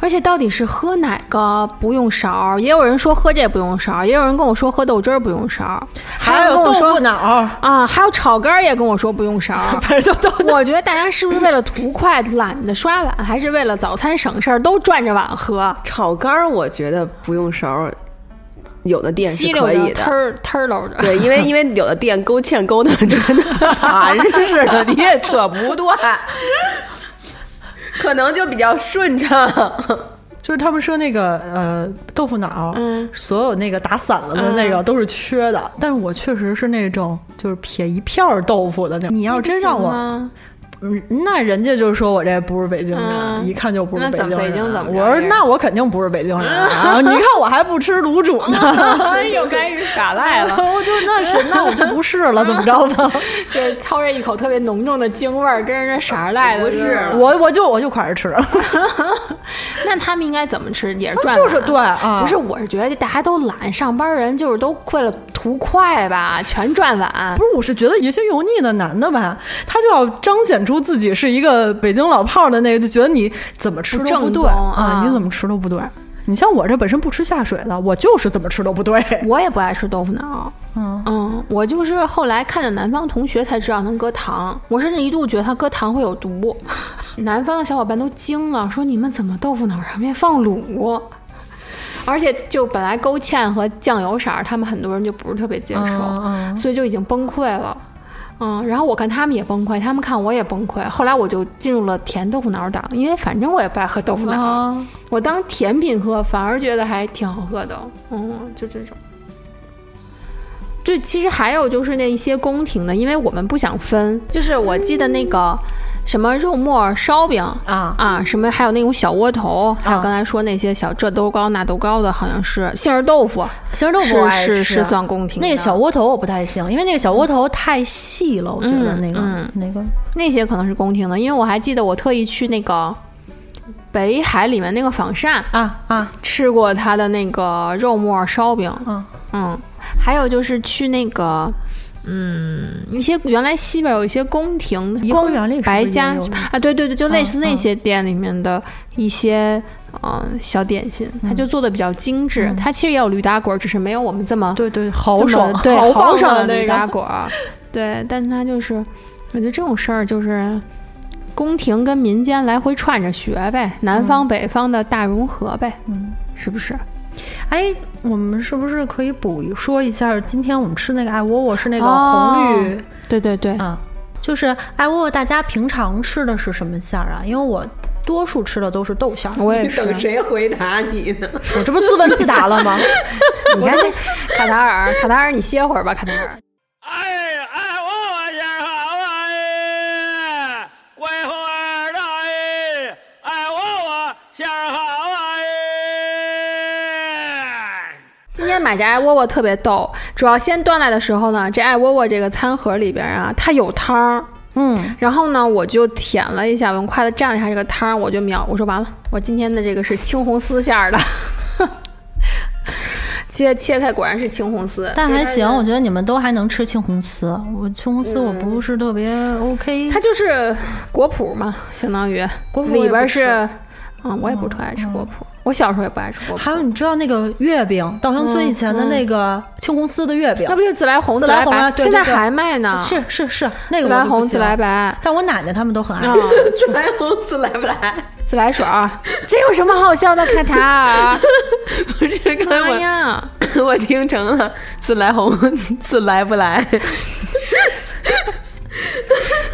而且到底是喝哪个不用勺儿？也有人说喝这不用勺儿，也有人跟我说喝豆汁儿不用勺儿，还还有跟豆我说腐脑，啊，还有炒肝儿也跟我说不用勺 儿。反正就都我觉得大家是不是为了图快，懒得刷碗，还是为了早餐省事儿，都转着碗喝？炒肝儿我觉得不用勺儿，有的店是吸溜可以着，的吞。儿吞儿溜着。对，因为因为有的店勾芡勾的真的盘似的，你也扯不断，可能就比较顺 畅。就是他们说那个呃豆腐脑，嗯所有那个打散了的那个都是缺的，但是我确实是那种就是撇一片儿豆腐的那嗯种。你要真让我，吗？嗯那人家就说我这不是北京人，嗯一看就不是那北怎京么人。啊北京怎么着我说这是那我肯定不是北京人 啊！你看我还不吃卤煮呢， 又开始耍赖了。我就那是那我就不是了，怎么着 吧？就是操着一口特别浓重的京味儿，跟人家色儿赖的。不是 我我就我就快着吃，那他们应该怎么吃？也是转碗就是对啊，不是，我是觉得大家都懒，上班人就是都为了图快吧，全转碗不。是，我是觉得有些油腻的男的吧，他就要彰显出自己是一个北京老炮儿的那个，就觉得你怎么吃不都不正对宗啊啊，你怎么吃都不对。你像我这本身不吃下水的，我就是怎么吃都不对。我也不爱吃豆腐脑。嗯我就是后来看着南方同学才知道能搁糖，我甚至一度觉得它搁糖会有毒。 南方的小伙伴都惊了，说你们怎么豆腐脑上面放卤？而且就本来勾芡和酱油色儿，他们很多人就不是特别接 受，嗯所以就已经崩溃了。嗯，然后我看他们也崩溃，他们看我也崩溃。后来我就进入了甜豆腐脑党，因为反正我也不爱喝豆腐脑，嗯啊，我当甜品喝，反而觉得还挺好喝的。嗯，就这种。对，其实还有就是那一些宫廷的，因为我们不想分，就是我记得那个什么肉末烧饼啊什么还有那种小窝头，还有嗯啊刚才说那些小这豆糕那豆糕的，好像是杏仁豆腐，杏仁豆腐我是爱是吃是算宫廷的那个小窝头我不太行，因为那个小窝头太细了，我觉得嗯那个、嗯那个那些可能是宫廷的，因为我还记得我特意去那个北海里面那个仿膳，啊啊！吃过它的那个肉末烧饼，嗯嗯还有就是去那个。嗯，一些原来西边有一些宫廷颐宫和园里是不是白也家有嗯啊，对对对，就类似那些店里面的一些嗯、呃小点心，它嗯就做的比较精致。它其实也有驴打滚儿，只是没有我们这么对对，这 豪么爽，对豪豪爽爽的驴那打个。滚儿。 对，但它就是，我觉得这种事儿就是宫廷跟民间来回串着学呗，嗯南方北方的大融合呗，嗯，是不是？哎，我们是不是可以补说一下，今天我们吃那个艾窝窝是那个哦嗯红绿对对对，啊，就是艾窝窝，大家平常吃的是什么馅儿啊？因为我多数吃的都是豆馅儿。我也是。谁回答你 呢？ 我这不自问自答了 吗？你看这卡塔尔，卡塔尔，你歇会儿吧，卡塔尔。哎哎，我呀好啊哎，乖花儿啊哎，哎我我仙儿好啊哎。今天买这艾窝窝特别逗，主要先端来的时候呢，这艾窝窝这个餐盒里边啊，它有汤儿。嗯，然后呢，我就舔了一下，我用筷子蘸了一下这个汤儿，我就秒，我说完了，我今天的这个是青红丝馅儿的， 切切开果然是青红丝，但还行，我觉得你们都还能吃青红丝，我青红丝我不是特别 OK。嗯它就是果脯嘛，相当于果脯我也里边不吃是，嗯，我也不特爱吃果脯，我小时候也不爱吃果脯，哦还有，你知道那个月饼，稻香村以前的那个青红丝的月饼嗯那，不就自来红、自自来来红啊白，对现在对对还卖呢，是是是，那个自我来就不红、行自来，白、啊但我奶奶他们都很爱。自来哎红自来不来？自来水儿，这有什么好笑的？卡塔 尔，不是， 刚妈才呀！我我听成了自来红 自来不来？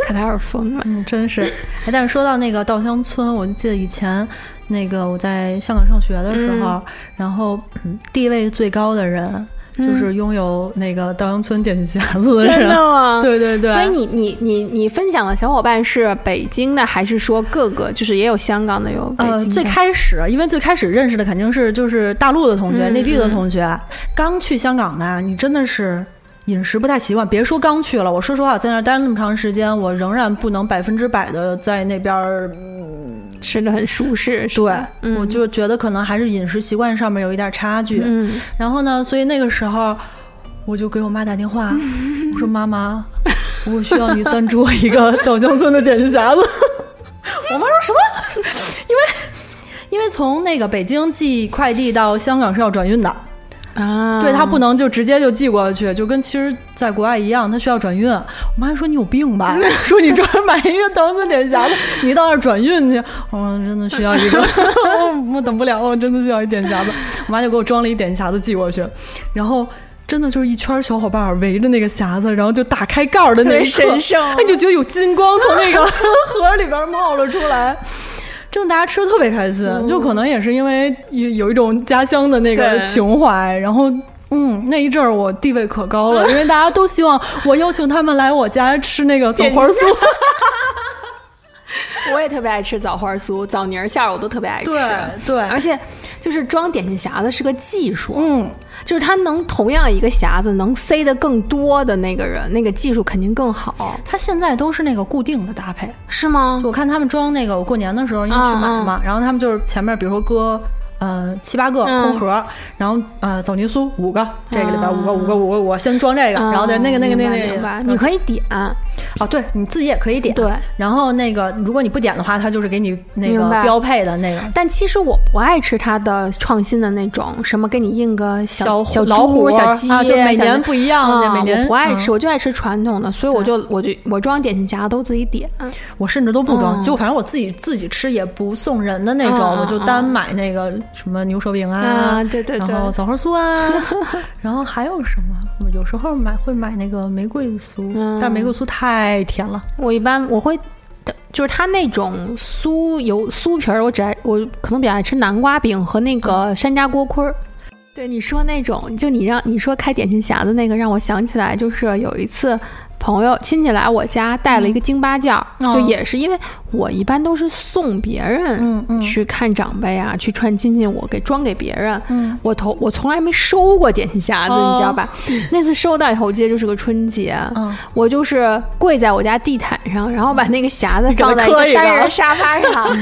卡塔尔疯了，嗯，真是。哎，但是说到那个稻香村，我就记得以前那个我在香港上学的时候，然后、嗯地位最高的人就是拥有那个稻香村点心匣子的人。嗯吗？对对对，啊所以你你你你分享的小伙伴是北京的，还是说各个？就是也有香港的，有北京呃的。，最开始，因为最开始认识的肯定是就是大陆的同嗯学、内地的同学。刚去香港呢，你真的是饮食不太习惯。别说刚去了，我说实话，在那儿待了那么长时间，我仍然不能百分之百的在那边儿。吃的很舒适，是对吧，嗯我就觉得可能还是饮食习惯上面有一点差距。嗯，然后呢，所以那个时候我就给我妈打电 话，我说妈妈，我需要你赞助 我一个稻香村的点心匣子。我妈说什么？因为因为从那个北京寄快递到香港是要转运的，啊，嗯对，它不能就直接就寄过去，就跟其实在国外一样，它需要转运。我妈说你有 病吧，说你专门买一个唐僧点匣子，你到那儿转运去。我说真的需要 一个， 我我等不了，我真的需要一点匣子。我妈就给我装了一点匣子寄过去，然后。真的就是一圈小伙伴儿围着那个匣子，然后就打开盖儿的那一刻，神圣哎，你就觉得有金光从那个 盒里边冒了出来。真的，大家吃的特别开心，嗯就可能也是因为有有一种家乡的那个对情怀，然后。嗯，那一阵儿我地位可高 了，因为大家都希望我邀请他们来我家吃那个枣花酥。我也特别爱吃枣花酥、枣泥儿馅儿，我都特别爱 吃。对对而且就是装点心匣子是个技术，嗯，就是他能同样一个匣子能塞得更多的那个人，那个技术肯定更好，它现在都是那个固定的搭配，是吗就？我看他们装那个，我过年的时候因为去买嘛，嗯然后他们就是前面比如说搁呃七八个嗯空盒，然后呃枣泥酥五个，这个里边五个五个五个五个，先装这个，然后再那个那个那个那嗯明个白，然明白后你可以点，哦，对，你自己也可以点。对，然后那个，如果你不点的话，它就是给你那明个白标配的那个但其实我不爱吃它的创新的那种，什么给你印个小虎小老虎猪、小鸡，啊，就每小年不一样，啊每年我不爱吃，嗯我就爱吃传统的，所以我就我就我装点心匣都自己点。我甚至都不装，嗯就反正我自己自己吃也不送人的那种，嗯嗯我就单买那个什么牛舌饼啊对对对嗯然后枣花酥 啊，然后还有什么？我有时候买会买那个玫瑰酥，嗯但玫瑰酥太甜了，我一般我会，就是它那种酥油酥皮儿，我只爱我可能比较爱吃南瓜饼和那个山楂锅盔儿。对你说那种，就你让你说开点心匣子那个，让我想起来，就是有一次朋友亲戚来我家带了一个京八件儿，嗯就也是因为我一般都是送别嗯人嗯去看长辈啊，去串亲戚，我给装给别人，嗯我头我从来没收过点心匣子，哦你知道吧？那次收到以后，我记得就是个春节，嗯我就是跪在我家地毯上，然后把那个匣子放在一磕个一个单人沙发 上，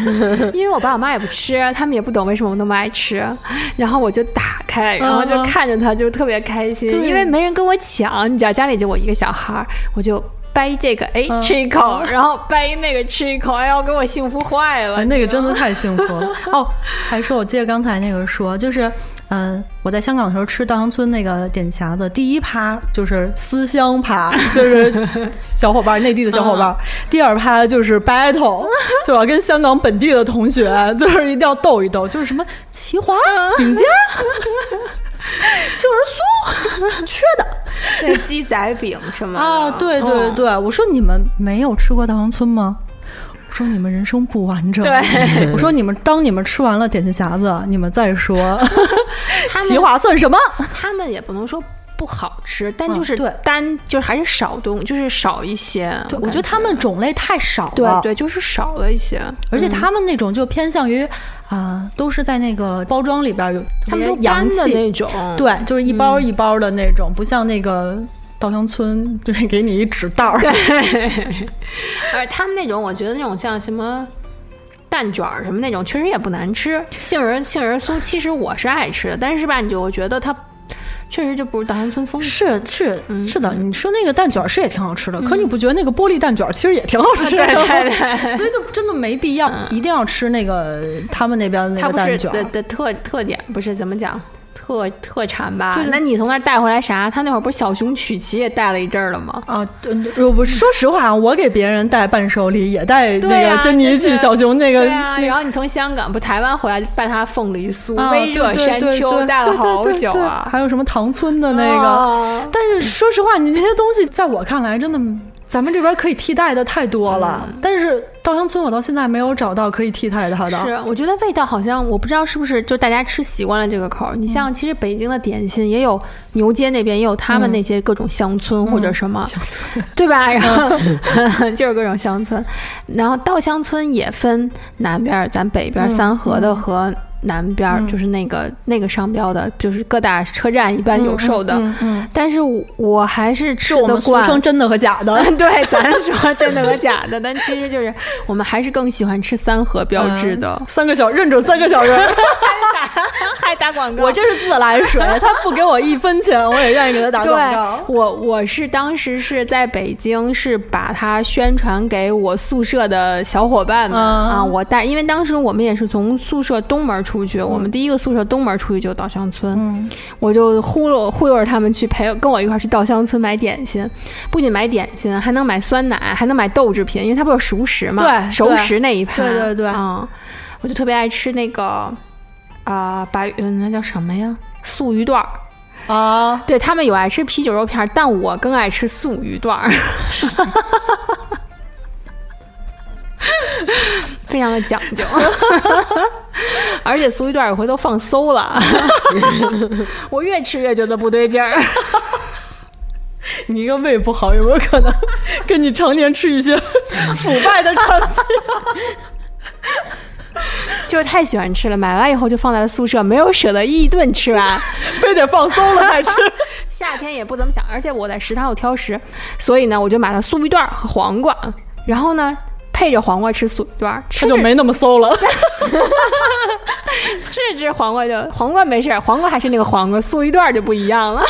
因为我爸我妈也不吃，他们也不懂为什么我那么爱吃，然后我就打开，然后就嗯看着它，就特别开心，因为没人跟我抢，你知道家里就我一个小孩儿，我就。掰这个，哎，吃一口，然后掰那个，吃一口，哎呦，给我幸福坏了。哎， 那个真的太幸福了哦！还说，我记得刚才那个说，就是，嗯，我在香港的时候吃稻香村那个点匣子，第一趴就是思乡趴，就是小伙伴儿内地的小伙伴儿；嗯第二趴就是 battle，就要跟香港本地的同学，就是一定要斗一斗，就是什么齐华、饼家、杏仁酥，缺的那鸡仔饼什嗯么的啊！对对对，我说你们没有吃过稻香村吗？我说你们人生不完整。对我说你们当你们吃完了点心匣子，你们再说 齐华算什么？他们也不能说不好吃，但就嗯是对单、就是还是少东，就是少一些。对，我我觉得他们种类太少对哦了，对，就是少了一些。而且他们那种就偏向于啊、都是在那个包装里边有特他们别都洋干的气，嗯那种，对，就是一包一包的那种，不像那个稻香村，就是给你一纸袋儿。而他们那种，我觉得那种像什么蛋卷儿什么那种，确实也不难吃。杏仁杏仁酥，其实我是爱吃的，但是吧，你就我觉得它确实就不是稻香村 风格。是是是的，你说那个蛋卷儿是也挺好吃的，可是你不觉得那个玻璃蛋卷儿其实也挺好吃的吗？对 对所以就真的没必要，一定要吃那个他们那边的那它个不是蛋卷儿。的的特特点，不是怎么讲特特产吧？那你从那儿带回来啥？他那会儿不是小熊曲奇也带了一阵儿了吗？啊，对，对我说实话，啊我给别人带伴手礼，也带对那呀个珍妮就是去小熊那个对啊，那然后你从香港不台湾回来，带他凤梨酥、啊微热对山对对丘，对带了对对好对久对啊。还有什么唐村的那个。哦但是说实话，你那些东西在我看来，真的咱们这边可以替代的太多了。嗯但是稻香村，我到现在没有找到可以替代它的。是，我觉得味道好像，我不知道是不是就大家吃习惯了这个口儿。你嗯像，其实北京的点心也有牛街那边也有他们那些各种乡村或嗯者什么， 对 吧？然后就是各种乡村，然后稻香村也分南边儿、咱北边嗯儿三河的和南边儿，就是那个那个商标的，就是各大车站一般有售的。嗯嗯，但是我我嗯还是吃是我得们俗惯。 称真的和假的。对，咱说真的和假的，但其实就是我嗯们还是更喜欢吃三合标志的。 三个小认准三个小人，还打广告，我这是自来 水，他不给我一分钱，我也愿意给他打对广告。，我我是当时是在北京，是把它宣传给我宿舍的小伙伴们、嗯啊。我带，因为当时我们也是从宿舍东门出去，我们第一个宿舍东门出去就是稻香村，嗯我就忽悠忽悠着他们去陪跟我一块儿去稻香村买点心，不仅买点心，还能买酸奶，还能买豆制品，因为它不是有熟食嘛，对熟对食那一盘，对对对嗯，我就特别爱吃那个啊、把嗯那叫什么呀？素鱼段儿。啊，对他们有爱吃啤酒肉片，儿，但我更爱吃素鱼段儿，非常的讲究， 而且素鱼段儿有回头放馊了， 我越吃越觉得不对劲儿。你一个胃不好，有没有可能 跟你常年吃一些 腐败的产品？就是太喜欢吃了，买完以后就放在了宿舍，没有舍得一顿吃完。非得放松了才吃？夏天也不怎么想，而且我在食堂有挑食，所以呢，我就买了素鱼段儿和黄瓜，然后呢，配着黄瓜吃素鱼段儿，吃他就着没那么馊 了。这只黄瓜就黄瓜没事儿，黄瓜还是那个黄瓜，素一段儿就不一样 了。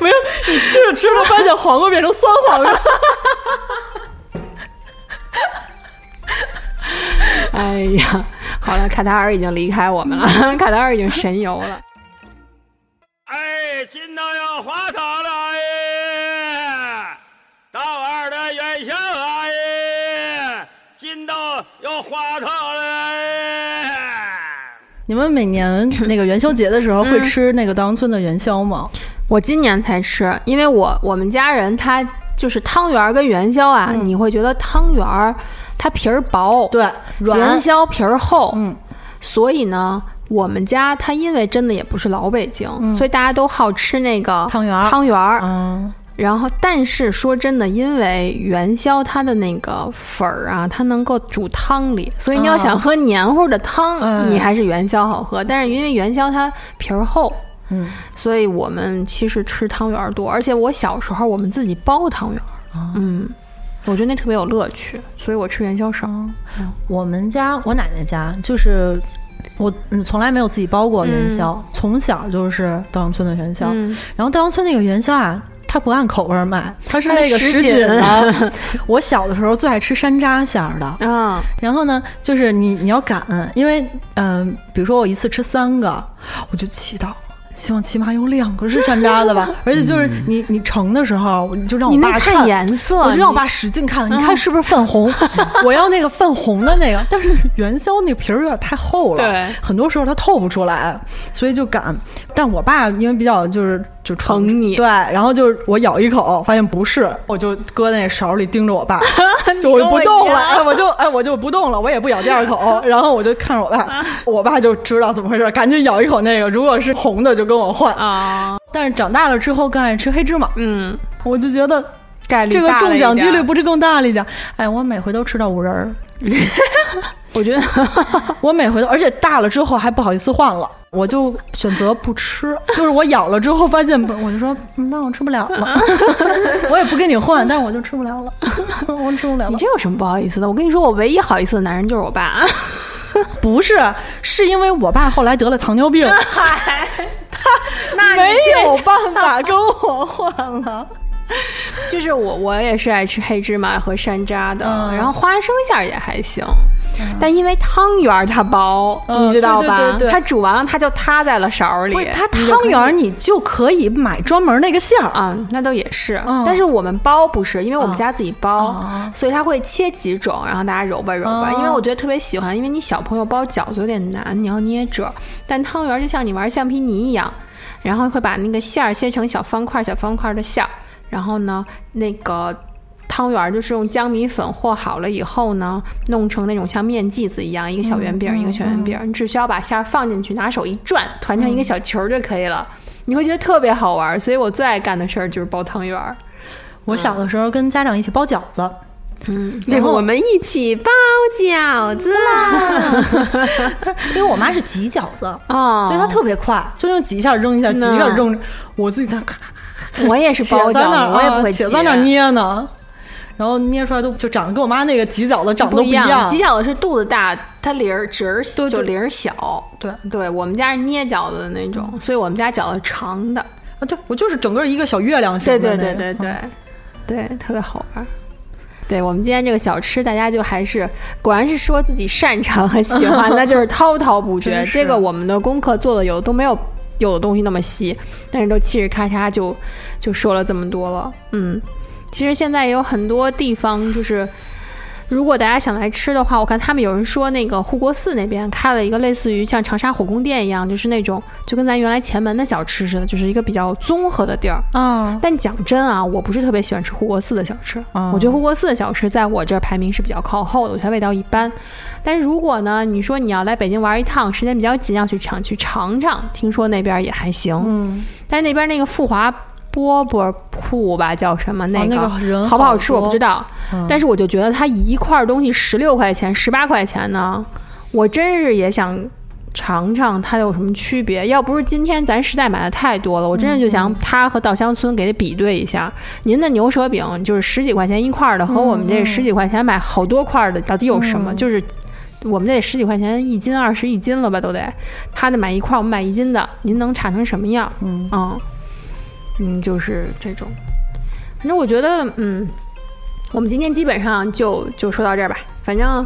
没有，你吃 着吃着发现黄瓜变成酸黄瓜，哎呀，好了，卡塔尔已经离开我们 了，卡塔尔已经神游了。哎，今朝要滑塔了哎，大二的元宵啊哎，今朝要滑塔了哎。 你们每年那个元宵节的时候会吃那个稻香村的元宵吗？我今年才吃，因为我我们家人他就是汤圆儿跟元宵啊，你会觉得汤圆儿它皮儿薄，，对，元软宵皮儿厚，嗯，所以呢。我们家它因为真的也不是老北京，所以大家都好吃那个汤圆儿嗯汤圆儿，嗯，然后，但是说真的，因为元宵它的那个粉儿啊，它能够煮汤里，所以你要啊想喝黏糊的汤，嗯你还是元宵好喝。但是因为元宵它皮儿厚，嗯，所以我们其实吃汤圆儿多。而且我小时候我们自己包汤圆儿，嗯，我觉得那特别有乐趣，所以我吃元宵少。我们家我奶奶家就是我嗯从来没有自己包过元宵，从小就是稻香村的元宵。嗯然后稻香村那个元宵啊，它不按口味儿卖，它是它那是个啊什什锦锦的。 我小的时候最爱吃山楂馅儿的，啊，然后呢，就是你你要赶，因为嗯、比如说我一次吃三个，我就祈祷。希望起码有两个是山楂的 吧，而且就是你你盛的时候，我就让我你爸那看颜色，我就让我你嗯爸使劲看，你看是不是泛红？我要那个泛红的那个，但是元宵那皮儿有点太厚了，对很多时候它透不出来，所以就擀。但我爸因为比较就是就疼宠你对，然后就是我咬一口，发现不是，我就搁在那勺里盯着我 爸，就我就不动了，哎，我就哎我就不动了，我也不咬第二 口，然后我就看着我啊爸，我爸就知道怎么回事，赶紧咬一口那个，如果是红的就跟我换。啊，但是长大了之后更爱吃黑芝麻，嗯，我就觉得概率这个大了中一奖几点率儿，不是更大了一点？哎，我每回都吃到五仁 儿，我觉得我每回都，而且大了之后还不好意思换了，我就选择不吃。就是我咬了之后发现不，我就说嗯那我吃不了了， 我也不跟你换，但是我就吃不了 了，我吃不了你了。这有什么不好意思的？我跟你说，我唯一好意思的男人就是我爸。不是，是因为我爸后来得了糖尿病，哎 那没有办法跟我换了。就是我，我也是爱吃黑芝麻和山楂的，嗯然后花生馅儿也还行，但因为汤圆儿它薄，嗯你知道吧？对对对对它煮完了，它就塌在了勺里。不是，它汤圆儿你就可以买专门那个馅儿。啊、那都也是，嗯但是我们包不是，因为我们嗯家自己包，哦所以它会切几种，然后大家揉吧揉吧。哦因为我觉得特别喜欢，因为你小朋友包饺子有点难，你要捏褶，但汤圆儿就像你玩橡皮泥一样，然后会把那个馅儿切成小方块儿、小方块儿的馅儿，然后呢，那个。汤圆儿就是用江米粉和好了以后呢，弄成那种像面剂子一样，一个小圆饼儿，一个小圆饼嗯儿。你只需要把馅儿放进去，拿手一转，团成一个小球儿就可以了。你会觉得特别好玩儿，所以我最爱干的事儿就是包汤圆儿。我小嗯的时候跟家长一起包饺子，那我们一起包饺子啦！因为我妈是挤饺子，哦所以它特别快，就用挤一下扔一下，挤一下那扔，我自己在那咔咔咔咔，我也是且嗯包在那饺儿子，我也不啊会且挤在那儿捏呢，然后捏出来都就长得跟我妈那个挤饺子长得都不一样。样挤。饺子是肚子大，它它梨儿籽儿对就梨儿小，对对，我们家是捏饺子的那种，所以我们家饺子长的，啊，对我就是整个一个小月亮形对的那对个对对对嗯，对，特别好玩儿。对我们今天这个小吃，大家就还是果然是说自己擅长和喜 欢，那就是滔滔不绝。真是这个我们的功课做的有都没有有的东西那么细，但是都嘁哩咔嚓就就说了这么多了。嗯，其实现在也有很多地方就是。如果大家想来吃的话，我看他们有人说那个护国寺那边开了一个类似于像长沙火宫殿一样，就是那种就跟咱原来前门的小吃似的，就是一个比较综合的地儿。啊，但讲真啊，我不是特别喜欢吃护国寺的小吃。哦我觉得护国寺的小吃在我这儿排名是比较靠后的，我觉得味道一般。但是如果呢，你说你要来北京玩一趟，时间比较紧，要去尝去尝尝，听说那边也还行。嗯，但是那边那个富华饽饽铺吧，叫什么哦那哦那个、个人好不好好吃我不多知道，嗯但是我就觉得它一块东西十六块钱、十八块钱呢，我真是也想尝尝它有什么区别。要不是今天咱实在买的太多了，我真的嗯就想它和稻香村给它比对一下。您的牛舌饼就是十几块钱一块儿的，和我们这嗯十几块钱买好多块儿的到底有什么？就是我们这十几块钱一斤、二十一斤了吧，都得。他的买一块儿，我们买一斤的，您能差成什么样？嗯嗯就是这种。反正我觉得，嗯，我们今天基本上就就说到这儿吧。反正，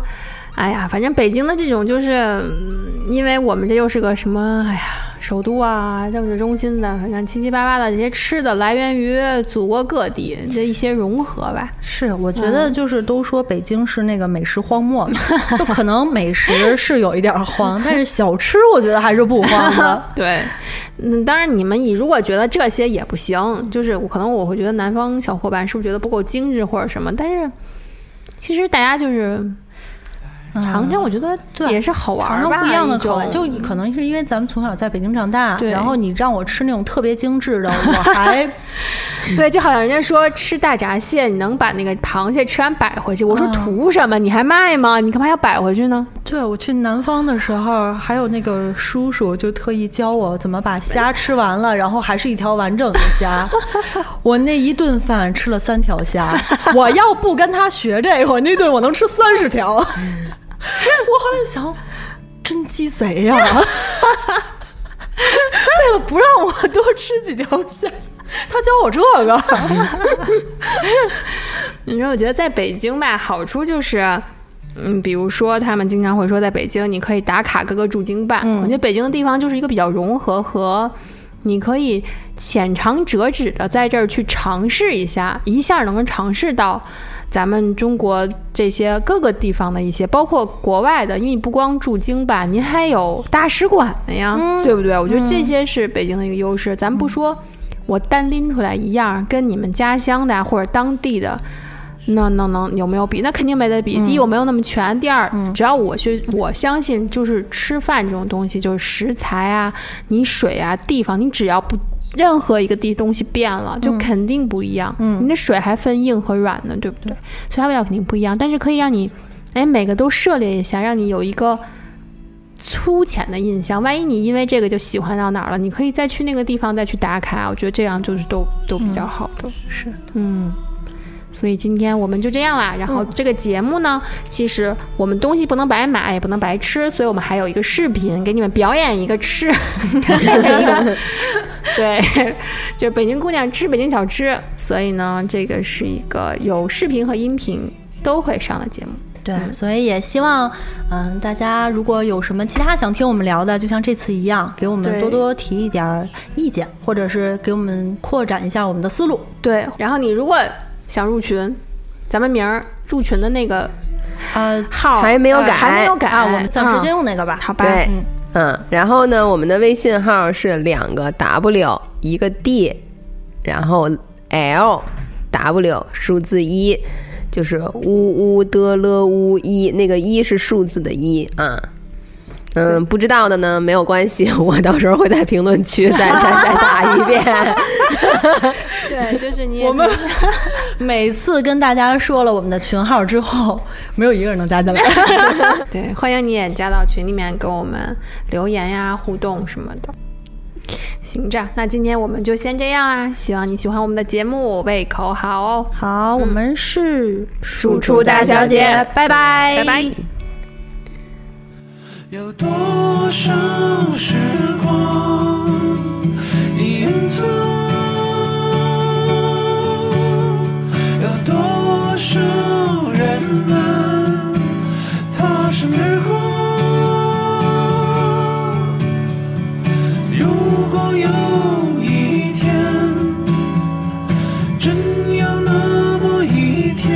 哎呀，反正北京的这种就是，嗯因为我们这又是个什么，哎呀，首都啊，政治中心的，反正七七八八的这些吃的来源于祖国各地的一些融合吧。。是，我觉得就是都说北京是那个美食荒漠嘛，就可能美食是有一点儿荒，但是小吃我觉得还是不荒的对，嗯，当然你们以如果觉得这些也不行，就是我可能我会觉得南方小伙伴是不是觉得不够精致或者什么，但是其实大家就是尝尝，我觉得嗯对也是好玩尝儿尝吧，不一样的口种味，就可能是因为咱们从小在北京长大，对然后你让我吃那种特别精致的，我 还对，就好像人家说吃大闸蟹，你能把那个螃蟹吃完摆回去，我说图什么？你还卖吗？你干嘛要摆回去呢？对我去南方的时候，还有那个叔叔就特意教我怎么把虾吃完了，然后还是一条完整的 虾。我那一顿饭吃了三条虾， 我要不跟他学这个，我那顿我能吃三十条。我后嗯来想，真鸡贼 呀、为了不让我多吃几条虾，他教我这个。你嗯说，我觉得在北京吧，好处就是。嗯，比如说，他们经常会说，在北京你可以打卡各个驻京办。我觉得北京的地方就是一个比较融合和，你可以浅尝辄止的在这儿去尝试一下，一下能够尝试到咱们中国这些各个地方的一些，包括国外的，因为你不光驻京办，您还有大使馆的呀，对不对？我觉得这些是北京的一个优势。咱不说我单拎出来一样，跟你们家乡的啊或者当地的。那能能有没有比？那肯定没得比。第一，我没有那么全；第二，只要我去，我相信就是吃饭这种东西，就是食材啊、你水啊、地方，你只要不任何一个地东西变了，就肯定不一样。嗯，你的水还分硬和软呢，对不对？所以它味道肯定不一样，但是可以让你，哎，每个都涉猎一下，让你有一个。粗浅的印象，万一你因为这个就喜欢到哪儿了，你可以再去那个地方再去打卡，我觉得这样就是都都比较好的。是，嗯，所以今天我们就这样啦。然后这个节目呢，其实我们东西不能白买，也不能白吃，所以我们还有一个视频给你们表演一个吃， 一个对，就是北京姑娘吃北京小吃。所以呢，这个是一个有视频和音频都会上的节目。对，所以也希望，嗯，大家如果有什么其他想听我们聊的，就像这次一样，给我们对多多提一点儿意见，或者是给我们扩展一下我们的思路。对，然后你如果想入群，咱们名儿入群的那个呃，号还没有呃还没改有改，啊，我们暂时先嗯用那个吧。好吧？对嗯，嗯，然后呢，我们的微信号是两个 W 一个 D，然后 L W 数字一，就是呜呜的了呜一，那个一是数字的一啊。嗯，不知道的呢没有关系，我到时候会在评论区再再再打一遍。对，就是你也 我们每次跟大家说了我们的群号之后，没有一个人能加 进来。对，欢迎你也加到群里面跟我们留言呀、互动什么的。行着，那今天我们就先这样啊！希望你喜欢我们的节目，胃口好哦。好，我们是嗯主厨大小姐，拜拜，拜拜。有多少时光已远走？有多少人啊，擦身而过？如果有一天，真有那么一天，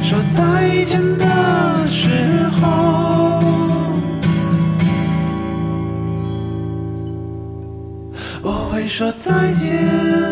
说再见的时候，我会说再见。